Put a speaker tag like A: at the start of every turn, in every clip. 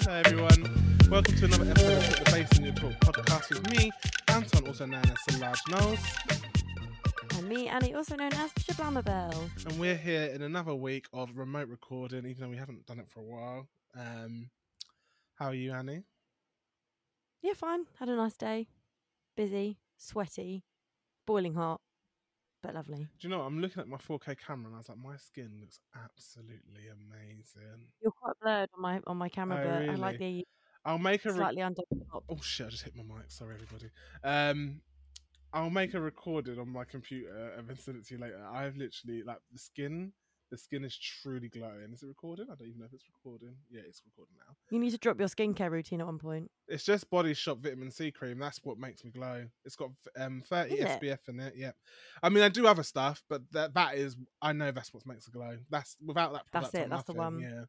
A: Hello, everyone. Welcome to another episode of the Base in Your Talk podcast with me, Anton, also known as Solage Knowles.
B: And me, Annie, also known as Shablama Bell.
A: And we're here in another week of remote recording, even though we haven't done it for a while. Um, how are you, Annie?
B: Yeah, fine. Had a nice day. Busy, sweaty, boiling hot, but lovely.
A: Do you know, I'm looking at my 4K camera and I was like, my skin looks absolutely amazing.
B: You're quite blurred on my on my camera,
A: Oh,
B: but I like the
A: I'll make a re-
B: slightly under the top.
A: Oh shit, I just hit my mic. Sorry, everybody. Um, I'll make a recording on my computer and then send it to you later. I've literally, like, the skin, the skin is truly glowing. Is it recording? I don't even know if it's recording. Yeah, it's recording now.
B: You need to drop your skincare routine at one point.
A: It's just Body Shop vitamin C cream. That's what makes me glow. It's got um 30
B: Is it?
A: SPF in it. Yeah, I mean I do other stuff, but that that is I know that's what makes it glow. That's without that
B: That's
A: product. I'm
B: it, that's the
A: nothing,
B: one.
A: Yeah,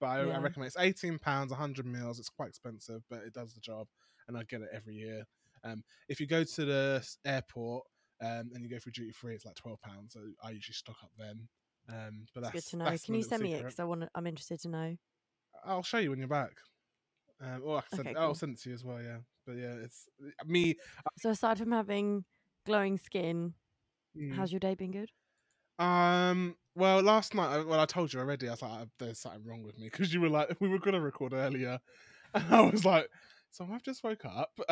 A: but I, I
B: Yeah.
A: recommend it's 18 pounds, 100 mils. It's quite expensive, but it does the job, and I get it every year. Um, if you go to the s- airport um and you go through duty free, it's like 12 pounds. So I usually stock up then. Um, but
B: It's
A: that's
B: good to know.
A: that's
B: Can
A: my
B: you
A: little
B: send me it?
A: secret.
B: Because I want. I'm interested to know.
A: I'll show you when you're back. Um, or I can send,
B: Okay,
A: I'll
B: cool.
A: send it to you as well. Yeah, but yeah, it's uh, me.
B: So aside from having glowing skin,
A: mm,
B: how's your day been? Good.
A: Um. Well, last night, I- well, I told you already. I was like, "Uh, "There's something wrong with me" because you were like, "We were gonna record earlier," and I was like, "So I've just woke up."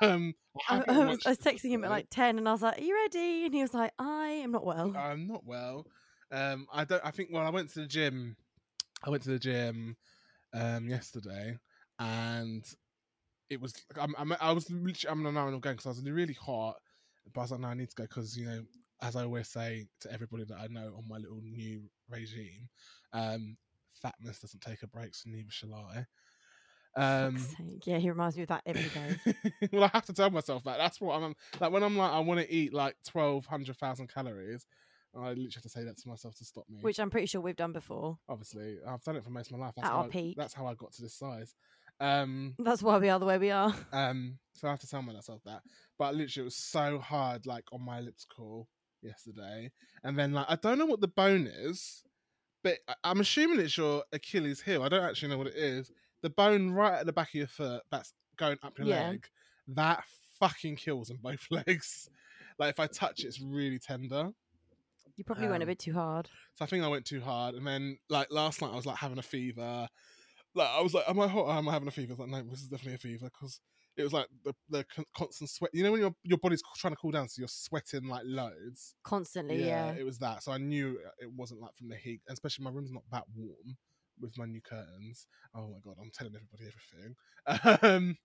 A: Um,
B: I,
A: haven't
B: I was,
A: watched
B: I was
A: this
B: texting him at
A: episode.
B: like ten, and I was like, "Are you ready?" And he was like, "I am not well."
A: I'm not well. Um, I don't. I think. Well, I went to the gym. I went to the gym um yesterday, and it was. I'm. I'm I was. Literally, I'm not now going because I was really hot. But I was like, no, I need to go because you know, as I always say to everybody that I know on my little new regime, um, fatness doesn't take a break, so neither shall I. Um,
B: Fuck's sake. yeah, he reminds me of that every day.
A: well, I have to tell myself that. That's what I'm like when I'm like I want to eat like twelve hundred thousand calories. I literally have to say that to myself to stop me.
B: which I'm pretty sure we've done before.
A: obviously I've done it for most of my life.
B: At
A: how
B: our
A: I-
B: peak.
A: That's how I got to this size. Um,
B: That's why we are the way we are.
A: um, so I have to tell myself that. But literally, it was so hard, like on my elliptical yesterday, and then like I don't know what the bone is, but I- I'm assuming it's your Achilles heel. I don't actually know what it is. The bone right at the back of your foot that's going up your
B: Yeah.
A: leg. That fucking kills in both legs. Like if I touch it, it's really tender.
B: You probably went a
A: Um,
B: bit too hard.
A: So I think I went too hard. And then like last night I was like having a fever. Like I was like, am I hot? Or am I having a fever? I was like, no, this is definitely a fever because it was like the, the con- constant sweat. You know when your your body's c- trying to cool down, so you're sweating like loads.
B: Constantly, yeah.
A: it was that. So I knew uh, it wasn't like from the heat, and especially my room's not that warm with my new curtains. Oh my god, I'm telling everybody everything. um,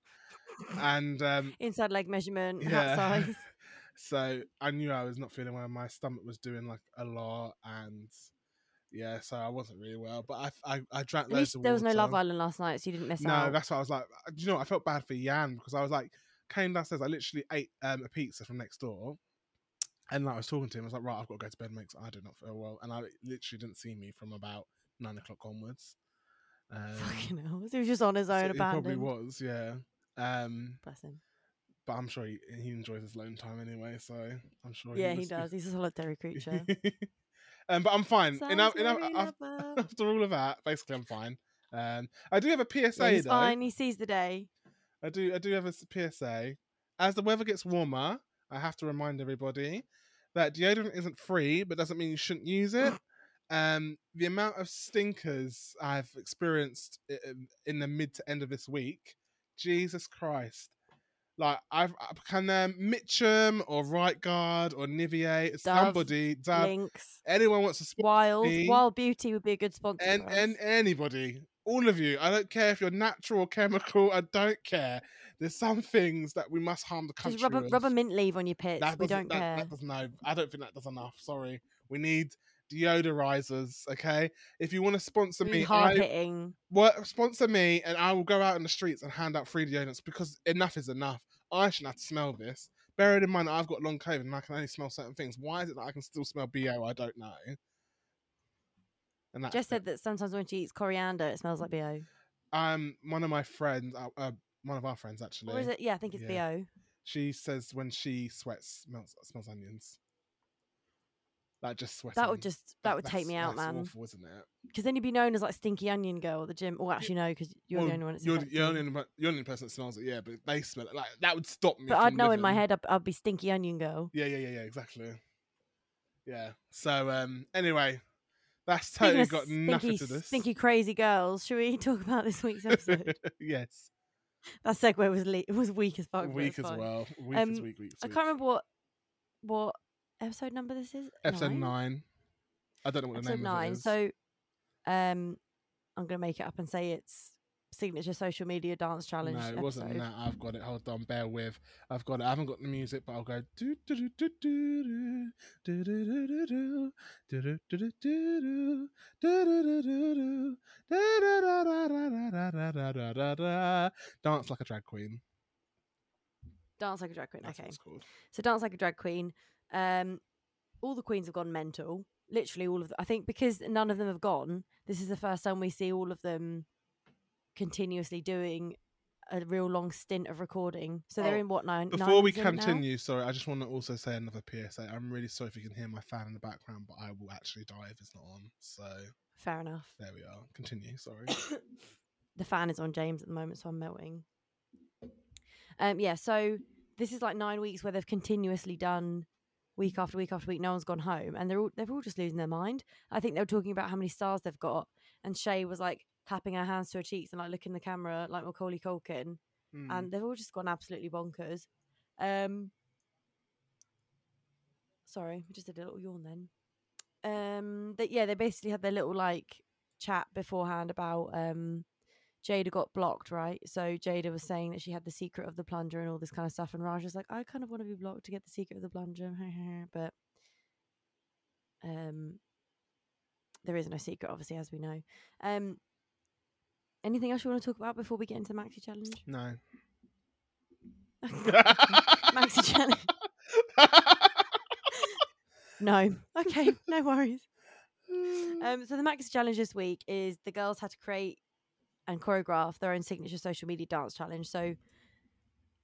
A: and um,
B: Inside leg measurement,
A: Yeah.
B: hat size.
A: so I knew I was not feeling well. My stomach was doing like a lot, and yeah, so I wasn't really well. But I I, I drank
B: At
A: loads
B: least
A: of
B: there was no Love
A: water.
B: Island last night, so you didn't miss
A: No,
B: out.
A: that's what I was like. uh, Do you know? What? I felt bad for Yan because I was like, came downstairs. I literally ate um, a pizza from next door, and like, I was talking to him. I was like, right, I've got to go to bed, mate. 'cause I do not feel well, and I literally didn't see me from about nine o'clock onwards. Um,
B: Fucking hell. So he was just on his
A: so
B: own,
A: he probably
B: abandoned.
A: was, yeah. Um,
B: Bless him.
A: but I'm sure he, he enjoys his alone time anyway. So I'm sure.
B: Yeah, he
A: must be-
B: does. He's a solitary creature.
A: um, but I'm fine.
B: Sounds
A: Enough, enough,
B: very
A: af-
B: lover.
A: after all of that, basically, I'm fine. Um, I do have a PSA
B: Yeah, he's
A: though.
B: fine. He sees the day.
A: I do. I do have a s- PSA. As the weather gets warmer, I have to remind everybody that deodorant isn't free, but doesn't mean you shouldn't use it. Um, the amount of stinkers I've experienced i- i- in the mid to end of this week, Jesus Christ! Like I've I- can um, Mitchum or Right Guard or Nivier, somebody, Dove,
B: Links.
A: anyone wants to sponsor
B: Wild.
A: me.
B: Wild Beauty would be a good sponsor.
A: and
B: for us.
A: and anybody, all of you. I don't care if you're natural or chemical. I don't care. There's some things that we must harm the country.
B: just rub a,
A: with.
B: rub a mint leaf on your pits.
A: That
B: we
A: doesn't-
B: don't
A: that,
B: care.
A: That does no. I don't think that does enough. Sorry. We need deodorizers. Okay, if you want to sponsor me,
B: hard
A: I
B: hitting.
A: work, sponsor me, and I will go out in the streets and hand out free deodorants because enough is enough. I shouldn't have to smell this. Bearing in mind that I've got long COVID and I can only smell certain things. Why is it that I can still smell bo? I don't know. And that's
B: Jess
A: it.
B: said that sometimes when she eats coriander, it smells like bo.
A: um one of my friends uh, uh, one of our friends actually
B: Or is it? Yeah, I think it's
A: Yeah.
B: bo.
A: she says when she sweats smells smells onions that just sweat
B: That would just that would take me out,
A: that's
B: man.
A: awful, isn't it
B: Because then you'd be known as like stinky onion girl at the gym. Or actually, no, because you're
A: Well,
B: the only one. That's
A: you're, the- you're,
B: affected.
A: the only, one- you're the only person that smells it yeah but they smell it like that would stop me
B: But
A: from
B: I'd know in my
A: living.
B: head I'd, I'd be stinky onion girl.
A: yeah yeah yeah yeah exactly yeah so um anyway that's
B: Speaking
A: totally
B: of
A: got
B: stinky,
A: nothing to this
B: Stinky crazy girls. Should we talk about this week's episode?
A: yes
B: that segue was le- was weak as fuck. but
A: weak
B: it's
A: as
B: fine.
A: well weak as
B: Um,
A: weak weak as
B: I
A: weak.
B: can't remember what what episode number this is.
A: episode nine? i don't know what
B: Episode
A: the name of it
B: nine.
A: is.
B: So, um, I'm gonna make it up and say it's signature social media dance challenge.
A: No, it wasn't
B: episode.
A: that. I've got it. Hold on, bear with. I've got it. I haven't got the music, but I'll go do do do do do do do do do do do do do do do do do do do da da da da da da da da da da da dance like a drag queen.
B: Dance like a drag queen.
A: That's what
B: okay,
A: it's called.
B: so dance like a drag queen. Um, all the queens have gone mental. Literally all of them. I think because none of them have gone. This is the first time we see all of them continuously doing a real long stint of recording. So they're
A: Oh,
B: in what nine? nine
A: Before we
B: episodes in now?
A: continue, sorry, I just want to also say another PSA. I'm really sorry if you can hear my fan in the background, but I will actually die if it's not on. So
B: Fair enough.
A: there we are. Continue. Sorry.
B: the fan is on James at the moment, so I'm melting. Um, yeah, so this is like nine weeks where they've continuously done week after week after week. No one's gone home, and they're all they're all just losing their mind. I think they were talking about how many stars they've got, and Shay was like clapping her hands to her cheeks and like looking in the camera like Macaulay Culkin,
A: Hmm.
B: and they've all just gone absolutely bonkers. Um, sorry, we just did a little yawn then. Um, that yeah, they basically had their little like chat beforehand about um, Jada got blocked, right? So Jada was saying that she had the secret of the plunger and all this kind of stuff, and Raj was like, I kind of want to be blocked to get the secret of the plunger, but um, there is no secret, obviously, as we know. Um, anything else you want to talk about before we get into the maxi challenge?
A: No.
B: Maxi challenge. No. Okay, no worries. Um, so the Max challenge this week is the girls had to create and choreograph their own signature social media dance challenge. So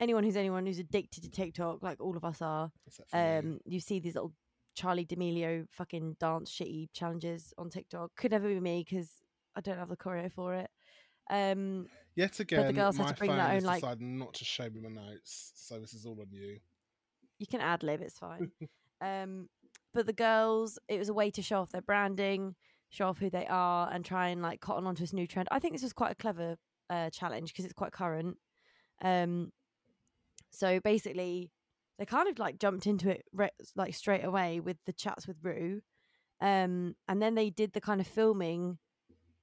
B: anyone who's anyone who's addicted to TikTok, like all of us are,
A: Except for me.
B: um, you see these little Charlie D'Amelio fucking dance shitty challenges on TikTok. Could never be me because I don't have the choreo for it. Um,
A: Yet again,
B: girls
A: my
B: had to bring
A: phone
B: their
A: has
B: own, like-
A: decided not to show me my notes, so this is all on you.
B: you can ad lib, it's fine. um, but the girls, it was a way to show off their branding, show off who they are, and try and like cotton onto this new trend. I think this was quite a clever uh, challenge because it's quite current. Um, so basically, they kind of like jumped into it re- like straight away with the chats with Rue, um, and then they did the kind of filming.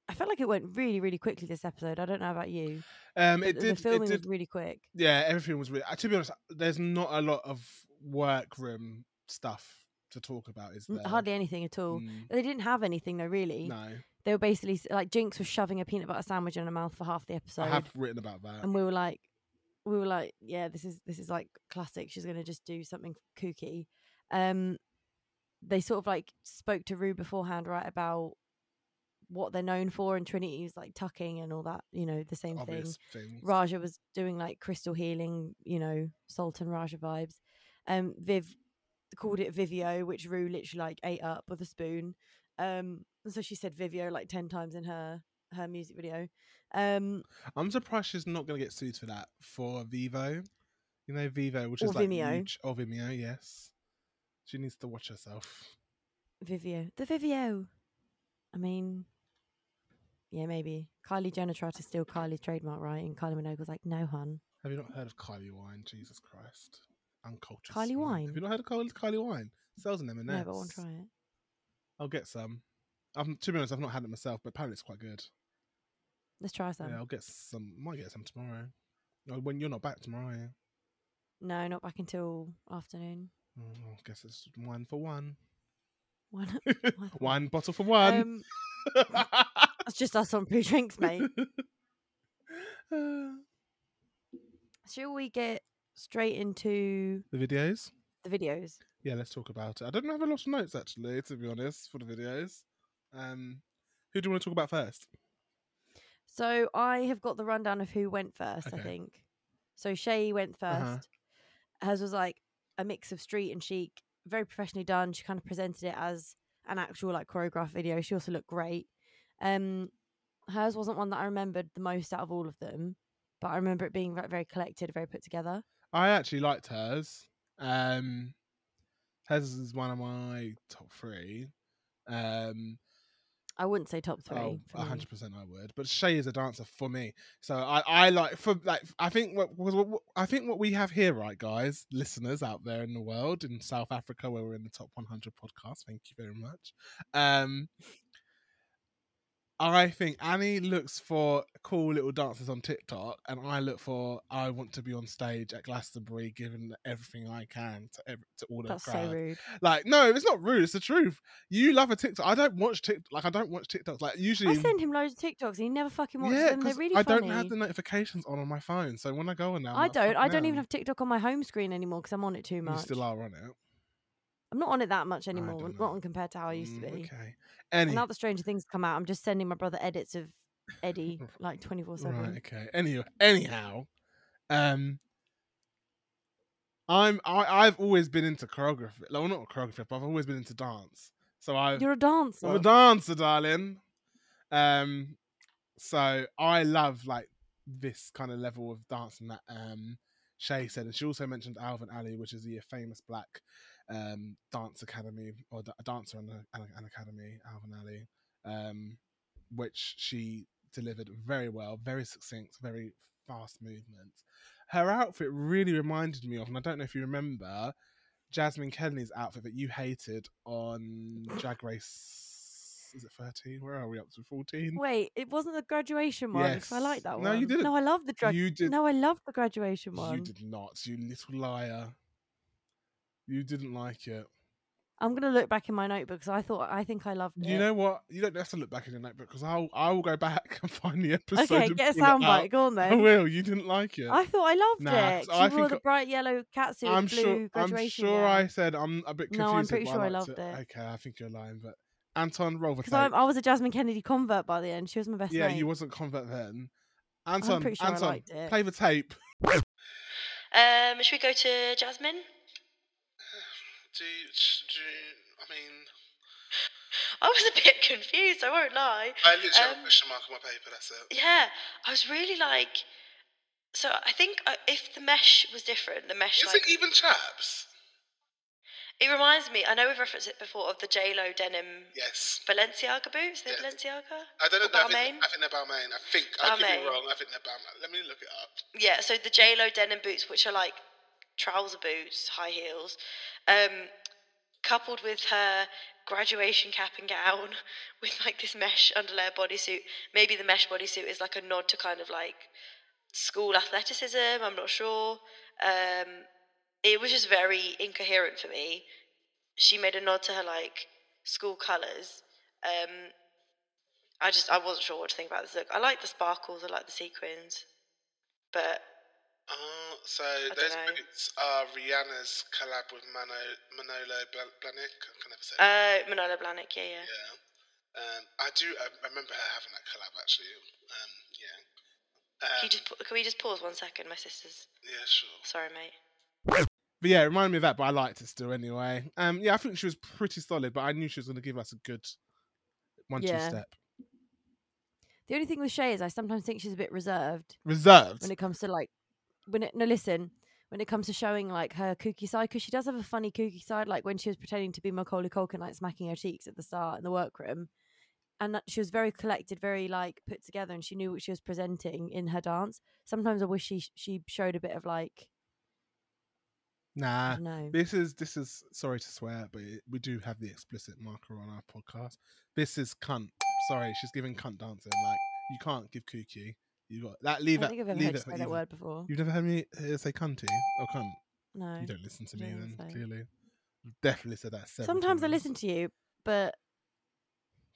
B: I felt like it went really, really quickly this episode. I don't know about you.
A: Um,
B: but
A: it
B: the-
A: did.
B: the
A: It
B: filming
A: did.
B: was really quick.
A: Yeah, everything was. Really, uh, to be honest, there's not a lot of workroom stuff to talk about, is
B: N-
A: there?
B: Hardly anything at all.
A: Mm,
B: They didn't have anything though, really.
A: no,
B: they were basically s- like Jinx was shoving a peanut butter sandwich in her mouth for half the
A: I
B: episode,
A: have written about that.
B: and we were like, we were like, yeah, this is this is like classic. She's gonna just do something kooky. Um, they sort of like spoke to Rue beforehand, right, about what they're known for, and Trinity was like tucking and all that, you know, the same thing.
A: Obvious things.
B: Raja was doing like crystal healing, you know, Sultan Raja vibes. Um, Viv called it Vivio, which Rue literally like ate up with a spoon. Um, and so she said Vivio like ten times in her her music video. Um,
A: I'm surprised she's not going to get sued for that for Vivo. You know Vivo, which
B: Or
A: is like
B: Vimeo.
A: huge- or Vimeo. Yes, she needs to watch herself.
B: Vivio, the Vivio. I mean, yeah, maybe Kylie Jenner tried to steal Kylie's trademark, right? And Kylie Minogue was like, "No, hun."
A: Have you not heard of Kylie Wine? Jesus Christ, uncultured.
B: Kylie
A: snob.
B: Wine?
A: Have you not heard of Kylie, Kylie Wine? Sells an M&S.
B: No, but I want to try it.
A: I'll get some. I'm to be honest, I've not had it myself, but apparently it's quite good.
B: Let's try some.
A: Yeah, I'll get some. Might get some tomorrow. No, when you're not back tomorrow, are you?
B: No, not back until afternoon.
A: Mm, I guess it's one for one.
B: Why not? Why not?
A: One bottle for one.
B: Um, that's just us on pre drinks, mate.
A: Uh,
B: Shall we get straight into
A: the videos.
B: the videos?
A: Yeah, let's talk about it. I don't have a lot of notes actually, to be honest, for the videos. Um, who do you want to talk about first?
B: So I have got the rundown of who went first, I
A: Okay.
B: think. So Shay went 1st
A: Uh-huh.
B: Hers was like a mix of street and chic, very professionally done. She kind of presented it as an actual like choreographed video. She also looked great. Um hers wasn't one that I remembered the most out of all of them, but I remember it being like very collected, very put together.
A: I actually liked hers. Um, hers is one of my top three. Um,
B: I wouldn't say top three.
A: oh,
B: for
A: a
B: me.
A: hundred percent, I would. But Shay is a dancer for me, so I, I like for like I think what, was what I think what we have here, right, guys, listeners out there in the world in South Africa, where we're in the top one hundred podcast. Thank you very much. Um, I think Annie looks for cool little dances on TikTok, and I look for I want to be on stage at Glastonbury, giving everything I can to ev to all the
B: That's
A: crowd.
B: so rude.
A: Like, no, it's not rude. It's the truth. You love a TikTok. I don't watch TikTok. Like, I don't watch TikToks. Like, usually,
B: I send him loads of TikToks and he never fucking watches
A: yeah,
B: them. They're
A: 'cause
B: really
A: I
B: funny.
A: don't have the notifications on on my phone. So when I go on now, I'm
B: I
A: like,
B: don't. I
A: "Fucking
B: don't even
A: hell."
B: have TikTok on my home screen anymore because I'm on it too much.
A: You still are on it.
B: I'm not on it that much
A: don't
B: anymore.
A: know.
B: Not on compared to how I used to
A: Mm,
B: be.
A: Okay.
B: And
A: Any
B: now the Stranger Things come out, I'm just sending my brother edits of Eddie like 24
A: right?
B: seven.
A: Okay. Anyhow, anyhow, um, I'm I I've always been into choreography. Like, well, not choreography, but I've always been into dance. So I've
B: You're a dancer.
A: I'm a dancer, darling. Um, so I love like this kind of level of dancing that um Shay said, and she also mentioned Alvin Alley, which is the famous black um dance academy or da- dancer and a- and a- an academy, Alvin Alley, um, which she delivered very well, very succinct, very fast movements. Her outfit really reminded me of, and I don't know if you remember, Jasmine Kenley's outfit that you hated on Drag Race. Is it 13? Where are we up to? 14?
B: Wait, it wasn't the graduation one 'cause I like
A: Yes.
B: that one.
A: No, you didn't.
B: No, I love the drug.
A: You did.
B: No, I love the graduation
A: you
B: one.
A: did not. You little liar. You didn't like it.
B: I'm gonna look back in my notebook because I thought I think I loved it.
A: You know what? You don't have to look back in your notebook because I'll I will go back and find the episode.
B: okay,
A: and
B: get a
A: pull it up.
B: soundbite. Go on
A: I
B: then.
A: will. You didn't like it.
B: I thought I loved
A: Nah,
B: it.
A: 'cause
B: 'cause
A: I
B: She wore
A: think
B: the bright yellow catsuit,
A: I'm
B: with blue
A: sure. I'm
B: graduation.
A: sure I said I'm a bit confused.
B: No, I'm
A: with
B: pretty
A: why
B: sure I
A: liked
B: loved it.
A: Okay, I think you're lying, but Anton, roll the
B: because
A: tape.
B: I was a Jasmine Kennedy convert by the end. She was my best
A: Yeah,
B: mate.
A: you wasn't convert then. Anton,
B: pretty sure I
A: Anton,
B: liked it.
A: play the tape.
C: Um, should we go to Jasmine?
A: Do, do I mean?
C: I was a bit confused, I won't lie.
A: I literally
C: have a Um,
A: question mark on my paper. That's it.
C: Yeah, I was really like. So I think uh, if the mesh was different, the mesh like
A: even chaps?
C: it reminds me. I know we've referenced it before of the J Lo denim
A: Yes.
C: Balenciaga boots. They're
A: Yeah.
C: Balenciaga.
A: I don't
C: know, Or I think- Balmain? I
A: think they're Balmain. I think
C: I could be Balmain. wrong,
A: I think they're Balmain. Let me look it up.
C: Yeah, so the J Lo denim boots, which are like trouser boots, high heels, um, coupled with her graduation cap and gown with like this mesh underlayer bodysuit. Maybe the mesh bodysuit is like a nod to kind of like school athleticism. I'm not sure. Um, it was just very incoherent for me. She made a nod to her like school colours. Um, I just I wasn't sure what to think about this look. I like the sparkles. I like the sequins, but
D: Oh, so
C: those
D: those
C: dunno.
D: boots are Rihanna's collab with Mano, Manolo Blahnik. I can never say.
C: Uh, Manolo Blahnik, yeah, yeah.
D: yeah. Um, I do. I, I remember her having that collab actually. Um, yeah.
C: Can,
D: Um,
C: you just, pa- can we just pause one second? My sister's.
D: yeah, sure.
C: Sorry,
A: But
C: mate.
A: yeah, it reminded me of that, but I liked it still anyway. Um, yeah, I think she was pretty solid, but I knew she was going to give us a good one-two
B: Yeah.
A: step.
B: The only thing with Shay is I sometimes think she's a bit reserved
A: Reserved.
B: when it comes to like when it no listen when it comes to showing like her kooky side because she does have a funny kooky side like when she was pretending to be Macaulay Culkin like smacking her cheeks at the start in the workroom and that she was very collected very like put together and she knew what she was presenting in her dance sometimes I wish she she showed a bit of like I
A: Nah,
B: don't know
A: this is this is sorry to swear, but it, we do have the explicit marker on our podcast. This is cunt. Sorry, she's giving cunt dancing. Like you can't give kooky. You got that.
B: I
A: Leave
B: don't
A: it.
B: think I've ever
A: leave
B: heard you
A: it.
B: say
A: leave
B: that
A: it.
B: word before
A: You've never heard me uh, say cunty or cunt.
B: no
A: You don't listen to
B: I
A: me
B: don't
A: then,
B: think so.
A: clearly. You've Definitely said that. several
B: sometimes I
A: times.
B: listen to you but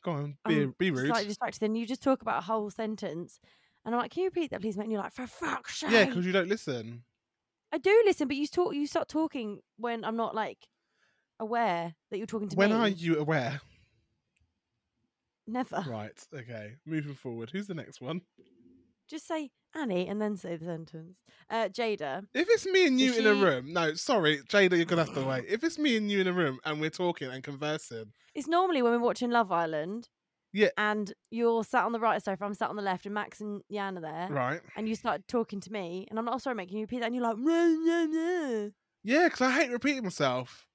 A: Go on,
B: I'm
A: be be rude.
B: slightly distracted. Then you just talk about a whole sentence, and I'm like, "Can you repeat that, please, mate?" And you're like, "For fuck's sake!"
A: Yeah, because you don't listen.
B: I do listen, but you talk. You start talking when I'm not like aware that you're talking to
A: When
B: me.
A: are you aware?
B: Never.
A: Right. Okay. Moving forward. Who's the next one?
B: Just say Annie and then say the sentence. Uh, Jada.
A: If it's me and you
B: Is
A: in a
B: she-
A: room, no, sorry, Jada, you're gonna have to wait. If it's me and you in a room and we're talking and conversing,
B: It's normally when we're watching Love Island.
A: Yeah.
B: And you're sat on the right sofa, I'm sat on the left, and Max and Jan are there.
A: right?
B: And you start talking to me, and I'm not sorry, mate. Can you repeat that? And you're like, "No, no, no."
A: Yeah, because I hate repeating myself.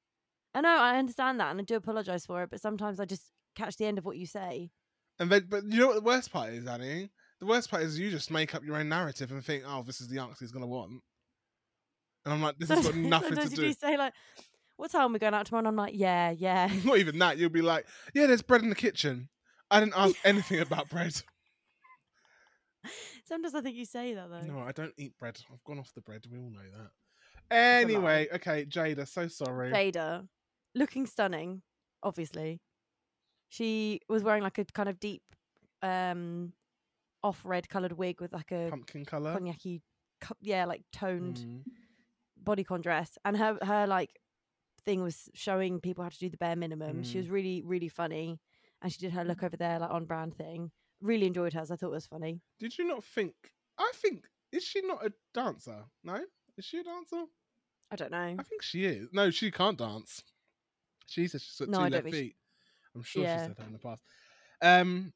B: I know, I understand that, and I do apologise for it, but sometimes I just catch the end of what you say.
A: And then, but you know what the worst part is, Annie? The worst part is you just make up your own narrative and think, oh, this is the answer he's gonna want. And I'm like, this has got
B: Sometimes-
A: nothing to
B: sometimes you
A: do.
B: say like, "What time are we going out tomorrow?" And I'm like, "Yeah, yeah."
A: Not even that. You'll be like, yeah, there's bread in the kitchen. I didn't ask anything about bread.
B: Sometimes I think you say that though.
A: No, I don't eat bread. I've gone off the bread. We all know that.
B: It's a lie.
A: Anyway, okay, Jada, so sorry.
B: Jada, looking stunning, obviously. She was wearing like a kind of deep, um, off red coloured wig with like a
A: Pumpkin colour.
B: cognac yeah, like toned
A: Mm.
B: bodycon dress, and her her like thing was showing people how to do the bare minimum. She
A: Mm.
B: was really really funny, and she did her look over there like on brand thing. Really enjoyed hers. I thought it was funny.
A: Did you not think? I think is she not a dancer? No, is she a dancer?
B: I don't know.
A: I think she is. No, she can't dance. She said she's got
B: No,
A: two
B: I don't
A: left
B: think she-
A: feet. I'm sure
B: Yeah.
A: she said that in the past. Um,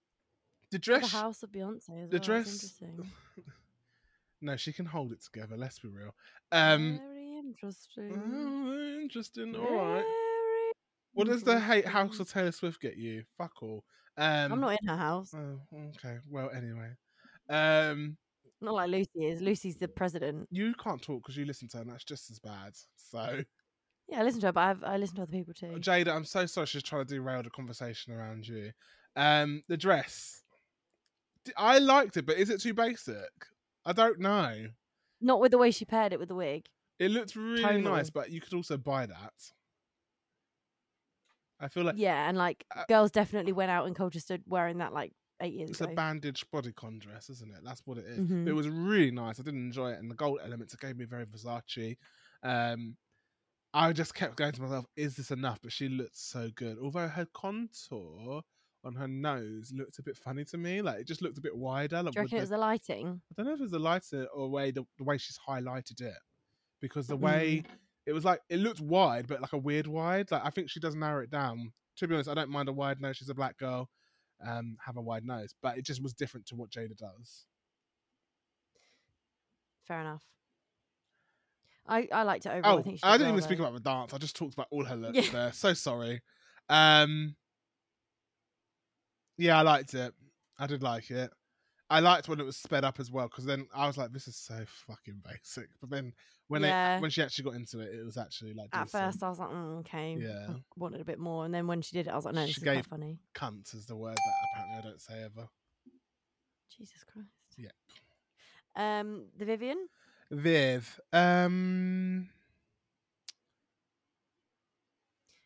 A: the
B: The
A: dress.
B: house of Beyonce. As
A: the
B: well. It's
A: dress-
B: Interesting.
A: No, she can hold it together. Let's be real. Um,
B: Very interesting.
A: oh, interesting. All right.
B: Very
A: What does the hate house
B: interesting.
A: of Taylor Swift get you? Fuck all. Um,
B: I'm not in her house.
A: Oh, okay. Well, anyway. Um,
B: Not like Lucy is. Lucy's the president.
A: you can't talk because you listen to her, and that's just as bad. So.
B: Yeah, I listen to her, but I've, I listen to other people too.
A: Jada, I'm so sorry she's trying to derail the conversation around you. Um, the dress. D- I liked it, but is it too basic? I don't know.
B: Not with the way she paired it with the wig.
A: It looked really
B: Tonal.
A: nice, but you could also buy that. I feel like
B: yeah, and like
A: uh,
B: girls definitely went out in Colchester wearing that like eight years
A: it's a
B: ago.
A: bandaged bodycon dress, isn't it? That's what it is.
B: Mhm.
A: It was really nice. I did enjoy it, and the gold elements it gave me very Versace. Um, I just kept going to myself, "Is this enough?" But she looked so good. Although her contour on her nose looked a bit funny to me, like it just looked a bit wider. Like
B: Do you
A: with
B: reckon it
A: the-
B: was the lighting?
A: I don't know if it was the lighter or way the, the way she's highlighted it, because the way it was like it looked wide, but like a weird wide. Like I think she does narrow it down. To be honest, I don't mind a wide nose. She's a black girl, um, have a wide nose, but it just was different to what Jada does.
B: Fair enough. I, I liked it overall.
A: Oh,
B: I, think she
A: I,
B: did
A: didn't
B: well,
A: even speak
B: though.
A: about the dance. I just talked about all her looks
B: Yeah.
A: there. So sorry. Um, yeah, I liked it. I did like it. I liked when it was sped up as well because then I was like, "This is so fucking basic." But then when
B: Yeah.
A: it when she actually got into it, it was actually like
B: At
A: decent.
B: first, I was like, mm, okay,
A: Yeah.
B: I wanted a bit more, and then when she did it, I was like, no, this
A: She
B: is quite
A: gave-
B: funny.
A: "Cunt" is the word that apparently I don't say ever.
B: Jesus Christ.
A: Yep.
B: Um, the Vivian.
A: Viv, um,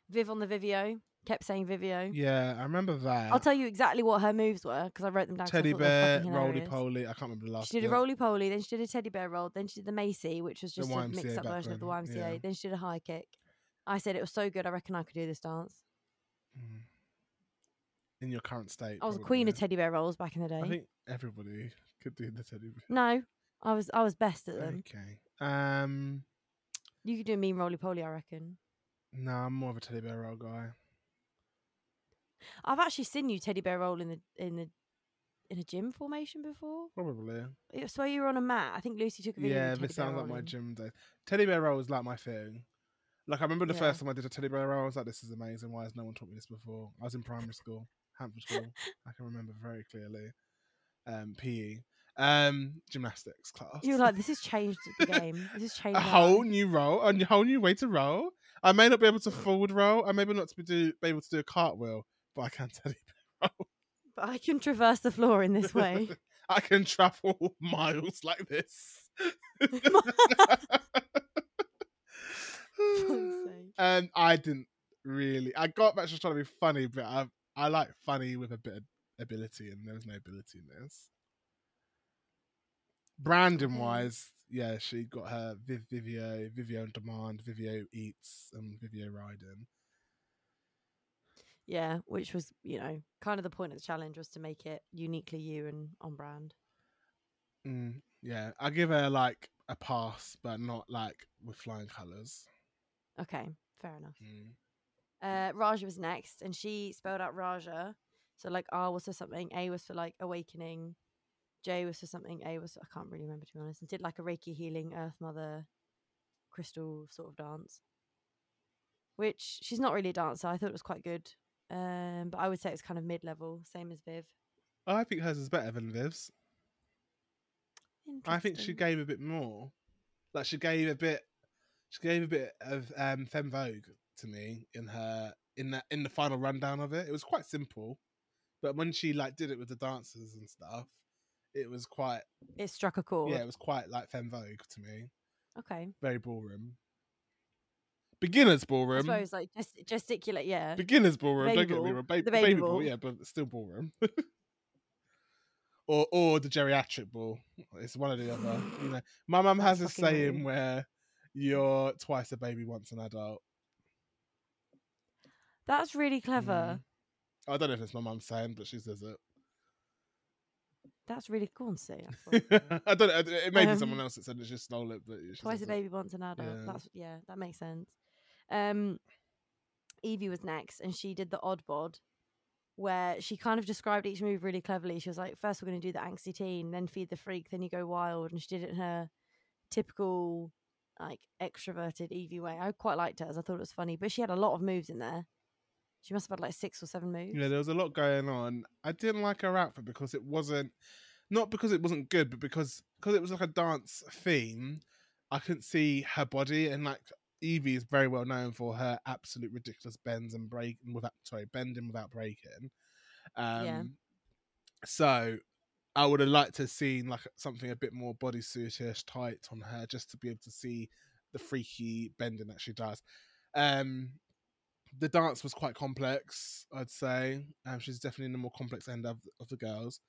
B: Viv on the Vivio kept saying Vivio.
A: yeah, I remember that.
B: I'll tell you exactly what her moves were because I wrote them down. 'cause I
A: Teddy
B: thought they were
A: bear,
B: fucking
A: roly
B: hilarious.
A: poly. I can't remember the last.
B: She did a
A: bit.
B: roly poly, then she did a teddy bear roll, then she did the Macy, which was
A: The
B: just a
A: YMCA
B: mixed up
A: back
B: version of the
A: then,
B: YMCA.
A: yeah.
B: Then she did a high kick. I said it was so good, I reckon I could do this dance.
A: Mm. In your current state,
B: I was a queen of
A: probably.
B: teddy bear rolls back in the day.
A: I think everybody could do the teddy bear.
B: no, I was I was best at them.
A: Okay. Um,
B: You could do a mean roly poly, I reckon.
A: no, I'm more of a teddy bear roll guy.
B: I've actually seen you teddy bear roll in the in the in a gym formation before.
A: Probably.
B: I swear you were on a mat. I think Lucy took a video. of you
A: Yeah,
B: teddy
A: this
B: bear
A: sounds like my
B: rolling.
A: gym days. Teddy bear roll is like my thing. Like I remember the
B: Yeah.
A: first time I did a teddy bear roll, I was like, "This is amazing. Why has no one taught me this before?" I was in primary school, Hampton School. I can remember very clearly. Um, PE, um, gymnastics class.
B: You were like, this has changed the game. This has changed.
A: a
B: my
A: whole
B: life."
A: new role, a n- whole new way to roll. I may not be able to forward roll. I may be not to be, do, be able to do a cartwheel, but I can teddy
B: But I can traverse the floor in this way.
A: I can travel miles like this.
B: Fuck's sake.
A: um, I didn't. really. I got back to trying to be funny, but I I like funny with a bit of ability, and there was no ability in this. Brandon
B: Mm.
A: wise, yeah, she got her Viv- Vivio, Vivio on demand, Vivio eats, and Vivio riding.
B: Yeah, which was, you know, kind of the point of the challenge was to make it uniquely you and on brand.
A: Mm, yeah, I give her like a pass, but not like with flying colours.
B: Okay, fair enough.
A: Mm.
B: Uh, Raja was next, and she spelled out Raja. So like R was for something, A was for like awakening, J was for something, A was I can't really remember to be honest. And did like a Reiki healing Earth Mother crystal sort of dance, which she's not really a dancer. I thought it was quite good, um, but I would say it's kind of mid level, same as Viv.
A: I think hers is better than Viv's. I think she
B: Interesting.
A: gave a bit more. Like she gave a bit, she gave a bit of um, femme vogue to me in her in that in the final rundown of it. It was quite simple, but when she like did it with the dancers and stuff, it was quite
B: it struck a chord.
A: yeah, it was quite like femme vogue to me.
B: Okay,
A: Very ballroom, beginners
B: I
A: ballroom,
B: suppose like gest- gesticulate. Yeah,
A: beginners ballroom. don't
B: Baby
A: get me
B: ball.
A: wrong, ba-
B: The
A: baby,
B: baby
A: ball.
B: ball.
A: yeah, but still ballroom. Or, or the geriatric ball. It's one or the other. You know, my mum has a
B: That's fucking
A: saying
B: rude.
A: where you're twice a baby, once an adult.
B: that's really
A: Mm.
B: clever.
A: I don't know if it's my mum saying, but she says it.
B: That's really corny. That's what-
A: I don't. know, It may be someone
B: Um,
A: else that said it. She stole it, but she
B: Twice
A: says
B: a
A: it.
B: baby, once an adult.
A: Yeah.
B: That's yeah, that makes sense. Um, Evie was next, and she did the odd bod, where she kind of described each move really cleverly. She was like, first we're going to do the angsty teen, then feed the freak, then you go wild, and she did it in her typical like extroverted Evie way. I quite liked hers. I thought it was funny, but she had a lot of moves in there. She must have had like six or seven moves.
A: Yeah, there was a lot going on. I didn't like her outfit because it wasn't not because it wasn't good, but because because it was like a dance theme. I couldn't see her body, and like Evie is very well known for her absolute ridiculous bends and break without sorry bending without breaking. Um,
B: Yeah.
A: So I would have liked to have seen like something a bit more bodysuitish tight on her, just to be able to see the freaky bending that she does. Um, the dance was quite complex, I'd say. Um, she's definitely in the more complex end of, of the girls.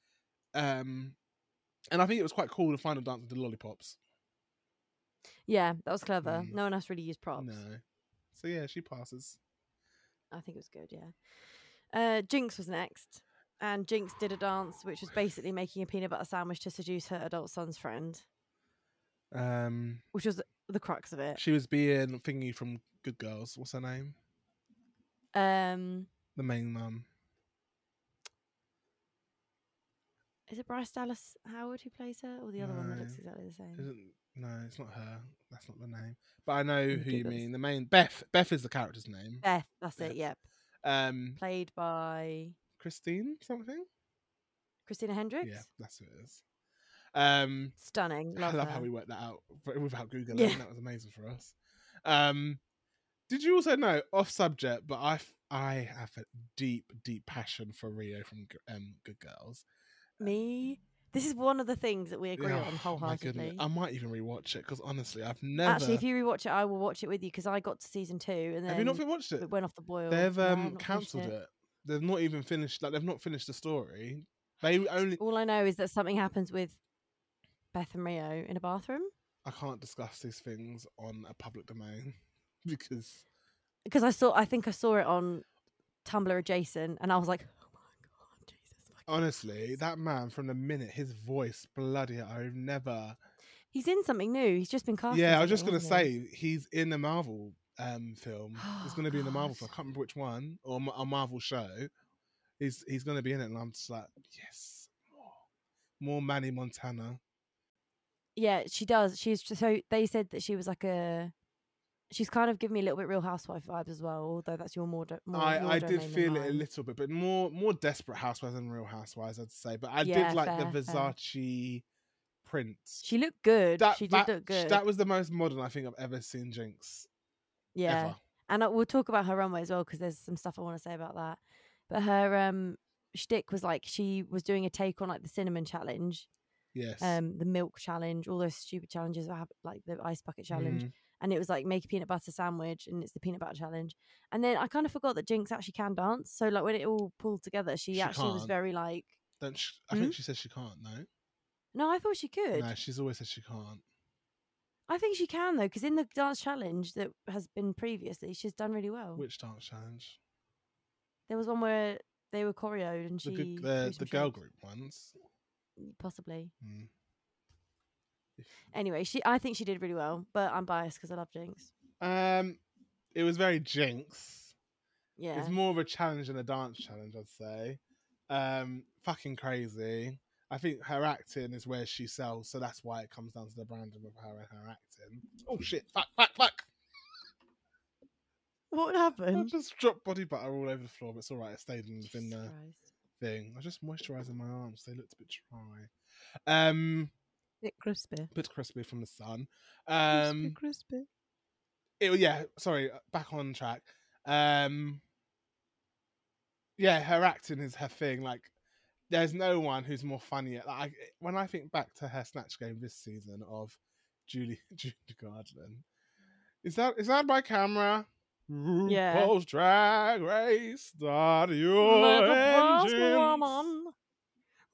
A: Um, and I think it was quite cool the final dance with the lollipops.
B: Yeah, that was clever.
A: Mm.
B: No one else really used props.
A: No. So yeah, she passes.
B: I think it was good, yeah. Uh, Jinx was next. And Jinx did a dance, which was basically making a peanut butter sandwich to seduce her adult son's friend,
A: Um,
B: which was the crux of it.
A: she was being thingy from Good Girls. What's her name?
B: Um,
A: The main mum.
B: is it Bryce Dallas Howard who plays her, or the other one that looks
A: No.
B: exactly the same?
A: Isn't no, it's not her. That's not the name. But I know
B: me
A: who you
B: Google this.
A: mean. The main Beth. Beth is the character's name.
B: Oh, Beth, that's
A: Beth.
B: it. Yep,
A: Um,
B: played by
A: Christine something.
B: Christina Hendricks.
A: Yeah, that's who it is. Um,
B: Stunning. Love
A: I love
B: her.
A: how we worked that out w- without Googling.
B: Yeah.
A: That was amazing for us. Um, did you also know, off subject, but I, f- I have a deep, deep passion for Rio from G- um, Good Girls.
B: Me. This is one of the things that we agree
A: Yeah,
B: on
A: oh my goodness.
B: wholeheartedly.
A: I might even rewatch it because honestly, I've never.
B: Actually, if you rewatch it, I will watch it with you because I got to season two and then
A: have you not watched it?
B: it went off the boil.
A: They've
B: No, I've
A: um
B: not finished
A: cancelled it. They've not even finished. Like they've not finished the story. They only.
B: All I know is that something happens with Beth and Rio in a bathroom
A: I can't discuss these things on a public domain because
B: because I saw. I think I saw it on Tumblr adjacent, and I was like, "Oh my god, Jesus!" fucking
A: honestly,
B: Christ."
A: that man from the minute his voice, bloody, hell, I've never.
B: he's in something new. He's just been cast. in
A: yeah, I was just
B: something,
A: gonna
B: hasn't
A: say he's in a Marvel um film. he's
B: Oh,
A: gonna be in the Marvel.
B: God.
A: Film. I can't remember which one or Ma- a Marvel show. He's he's gonna be in it, and I'm just like, yes, more, more Manny Montana.
B: he? Yeah, she does. She's just, so they said that she was like a. She's kind of giving me a little bit Real Housewife vibes as well, although that's your more. do- more your
A: I, I did
B: domain than
A: feel it a
B: mine.
A: little bit, but more more desperate housewives than real housewives, I'd say. But I
B: Yeah,
A: did like the
B: fair, fair.
A: Versace print.
B: She looked good.
A: That,
B: she did
A: that,
B: look good.
A: That was the most modern I think I've ever seen Jinx.
B: yeah.
A: Ever.
B: and I, we'll talk about her runway as well because there's some stuff I want to say about that. But her um shtick was like she was doing a take on like the cinnamon challenge,
A: Yes.
B: um, the milk challenge, all those stupid challenges that have like the ice bucket challenge,
A: Mm.
B: and it was like make a peanut butter sandwich and it's the peanut butter challenge and then i kind of forgot that jinx actually can dance so like when it all pulled together she,
A: She
B: actually was
A: can't.
B: very like
A: Don't sh
B: Hmm?
A: I think she says she can't. No,
B: no i thought she could
A: no, she's always said she can't.
B: i think she can though because in the dance challenge that has been previously she's done really well
A: Which dance challenge?
B: there was one where they were choreoed and
A: The
B: she
A: good,
B: threw
A: the,
B: some
A: the girl
B: shapes.
A: group ones.
B: possibly
A: Mm.
B: anyway she i think she did really well but i'm biased because i love jinx
A: Um, it was very jinx.
B: yeah
A: It's more of a challenge than a dance challenge, I'd say. Um, fucking crazy. I think her acting is where she sells, so that's why it comes down to the branding of her and her acting. Oh shit! Fuck! Fuck! Fuck!
B: what
A: I
B: happened
A: just dropped body butter all over the floor, but it's all right. It stayed in, in
B: Jesus
A: the
B: Christ.
A: thing. I was just moisturising my arms; they looked a bit dry. Um,
B: bit crispy
A: a bit crispy from the sun. Um,
B: crispy
A: it, yeah, sorry, uh, back on track. Um, yeah, her acting is her thing. Like, there's no one who's more funny. At, like, I- when I think back to her snatch game this season of Julie Julie Garland, is that is that my camera? RuPaul's
B: Yeah.
A: Drag Race, start your engines.
B: Woman.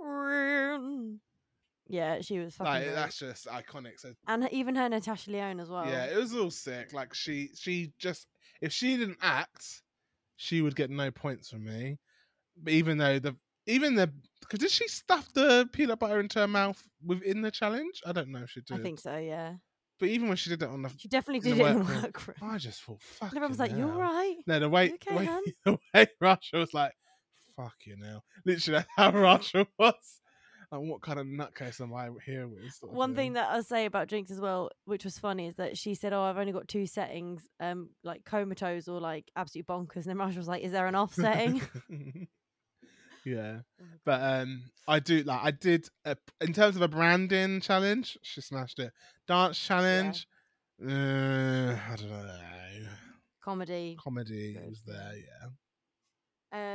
B: Room. Yeah, she was fucking
A: Like,
B: great.
A: that's just iconic. So
B: and even her Natasha Leone as well.
A: Yeah, it was all sick. Like she, she just if she didn't act, she would get no points from me. But even though the even the because did she stuff the peanut butter into her mouth within the challenge? I don't know if she
B: I
A: did.
B: think so. Yeah,
A: But even when she did it on the,
B: she definitely
A: In
B: did
A: the
B: it in the
A: workroom.
B: workroom.
A: I just thought fuck.
B: And everyone was like, "You're right."
A: No, the way,
B: You
A: the,
B: okay,
A: way
B: hun?
A: the way Russia was like, fuck you now. Literally, that's how Russia was. Like, what kind of nutcase am I here with? sort of
B: One thing that I'll say about Jinx as well, which was funny, is that she said, "Oh, I've only got two settings, um, like comatose or like absolute bonkers." And then Marshall was like, "Is there an offsetting?"
A: yeah.
B: Oh my
A: But um, I do like I did a, in terms of a branding challenge, she smashed it. Dance challenge, uh, I don't know.
B: Comedy.
A: Comedy
B: Good.
A: was there, yeah.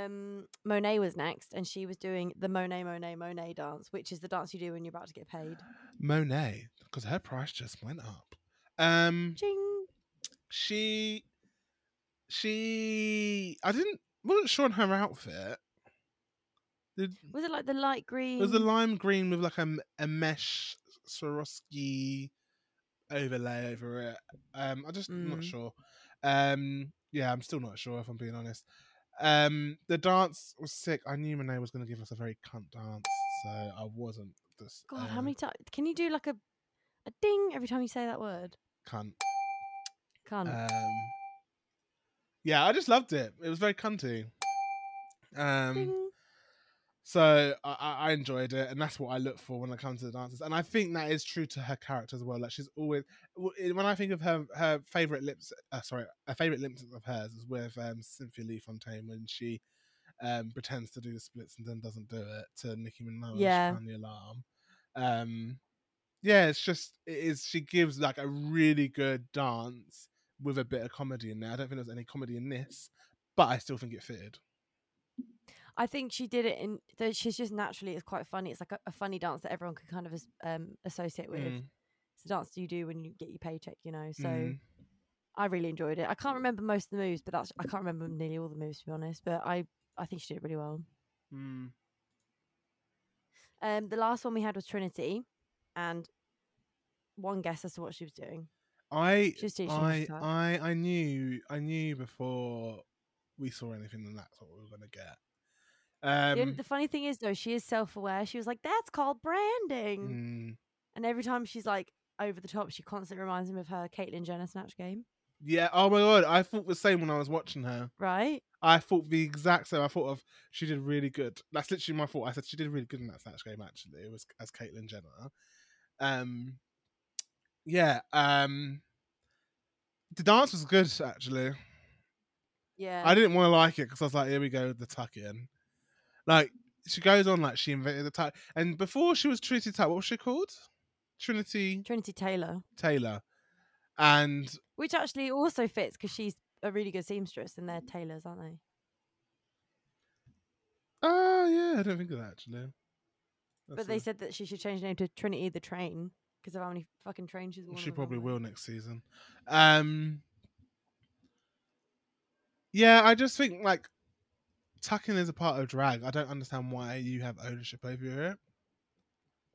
B: Um, Monet was next, and she was doing the Monet, Monet, Monet dance, which is the dance you do when you're about to get paid.
A: Monet, because her price just went up. Um,
B: Ching.
A: she, she, I didn't wasn't sure on her outfit. Did,
B: Was it like the light green?
A: it was a lime green with like a, m- a mesh Swarovski overlay over it. Um, I'm just not
B: Mm.
A: sure. Um, yeah, I'm still not sure if I'm being honest. Um, the dance was sick. I knew Monet was going to give us a very cunt dance, so I wasn't. um, Just,
B: God, how many times can you do like a a ding every time you say that word?
A: cunt?
B: Can't.
A: Um, yeah, I just loved it. It was very cunty. Um,
B: ding.
A: So I- I, I enjoyed it, and that's what I look for when it comes to the dances. And I think that is true to her character as well. Like she's always w- i- when I think of her her favorite lips, uh, sorry, a favorite lip sync of hers is with um, Cynthia Lee Fontaine when she um, pretends to do the splits and then doesn't do it to Nicki Minaj
B: Yeah.
A: on the alarm. Um, yeah, it's just it is she gives like a really good dance with a bit of comedy in there. I don't think there was any comedy in this, but I still think it fitted.
B: I think she did it in. Though she's just naturally it's quite funny. It's like a, a funny dance that everyone could kind of as- um, associate with.
A: Mm,
B: It's the dance you do when you get your paycheck, you know. So
A: mm.
B: I really enjoyed it. I can't remember most of the moves, but that's I can't remember nearly all the moves to be honest. But I I think she did really well.
A: Mm.
B: Um, the last one we had was Trinity, and one guess as to what she was doing.
A: I
B: She was teaching.
A: I,
B: us that.
A: I I knew I knew before we saw anything and that's what we were gonna get.
B: The
A: Um
B: only- the funny thing is though, she is self-aware. She was like, "That's called branding."
A: mm,
B: And every time she's like over the top, she constantly reminds him of her Caitlyn Jenner snatch game,
A: yeah, oh my god, I thought the same when I was watching her.
B: right?
A: I thought the exact same. I thought of she did really good. That's literally my thought. I said she did really good in that snatch game actually. It was as Caitlyn Jenner. Um yeah, um the dance was good actually.
B: Yeah.
A: I didn't want to like it because I was like, here we go, with the tuck in. Like she goes on like she invented the tuck, and before she was Trinity Tuck, what was she called? Trinity
B: Trinity Taylor,
A: Taylor, and
B: which actually also fits because she's a really good seamstress and they're
A: Mm.
B: tailors, aren't they?
A: oh yeah, I don't think of that actually.
B: but they said that she should change her name to Trinity the Train because of how many fucking trains she's worn.
A: She
B: on the
A: probably
B: runway.
A: will next season. Um, yeah, I just think like tucking is a part of drag. I don't understand why you have ownership over it.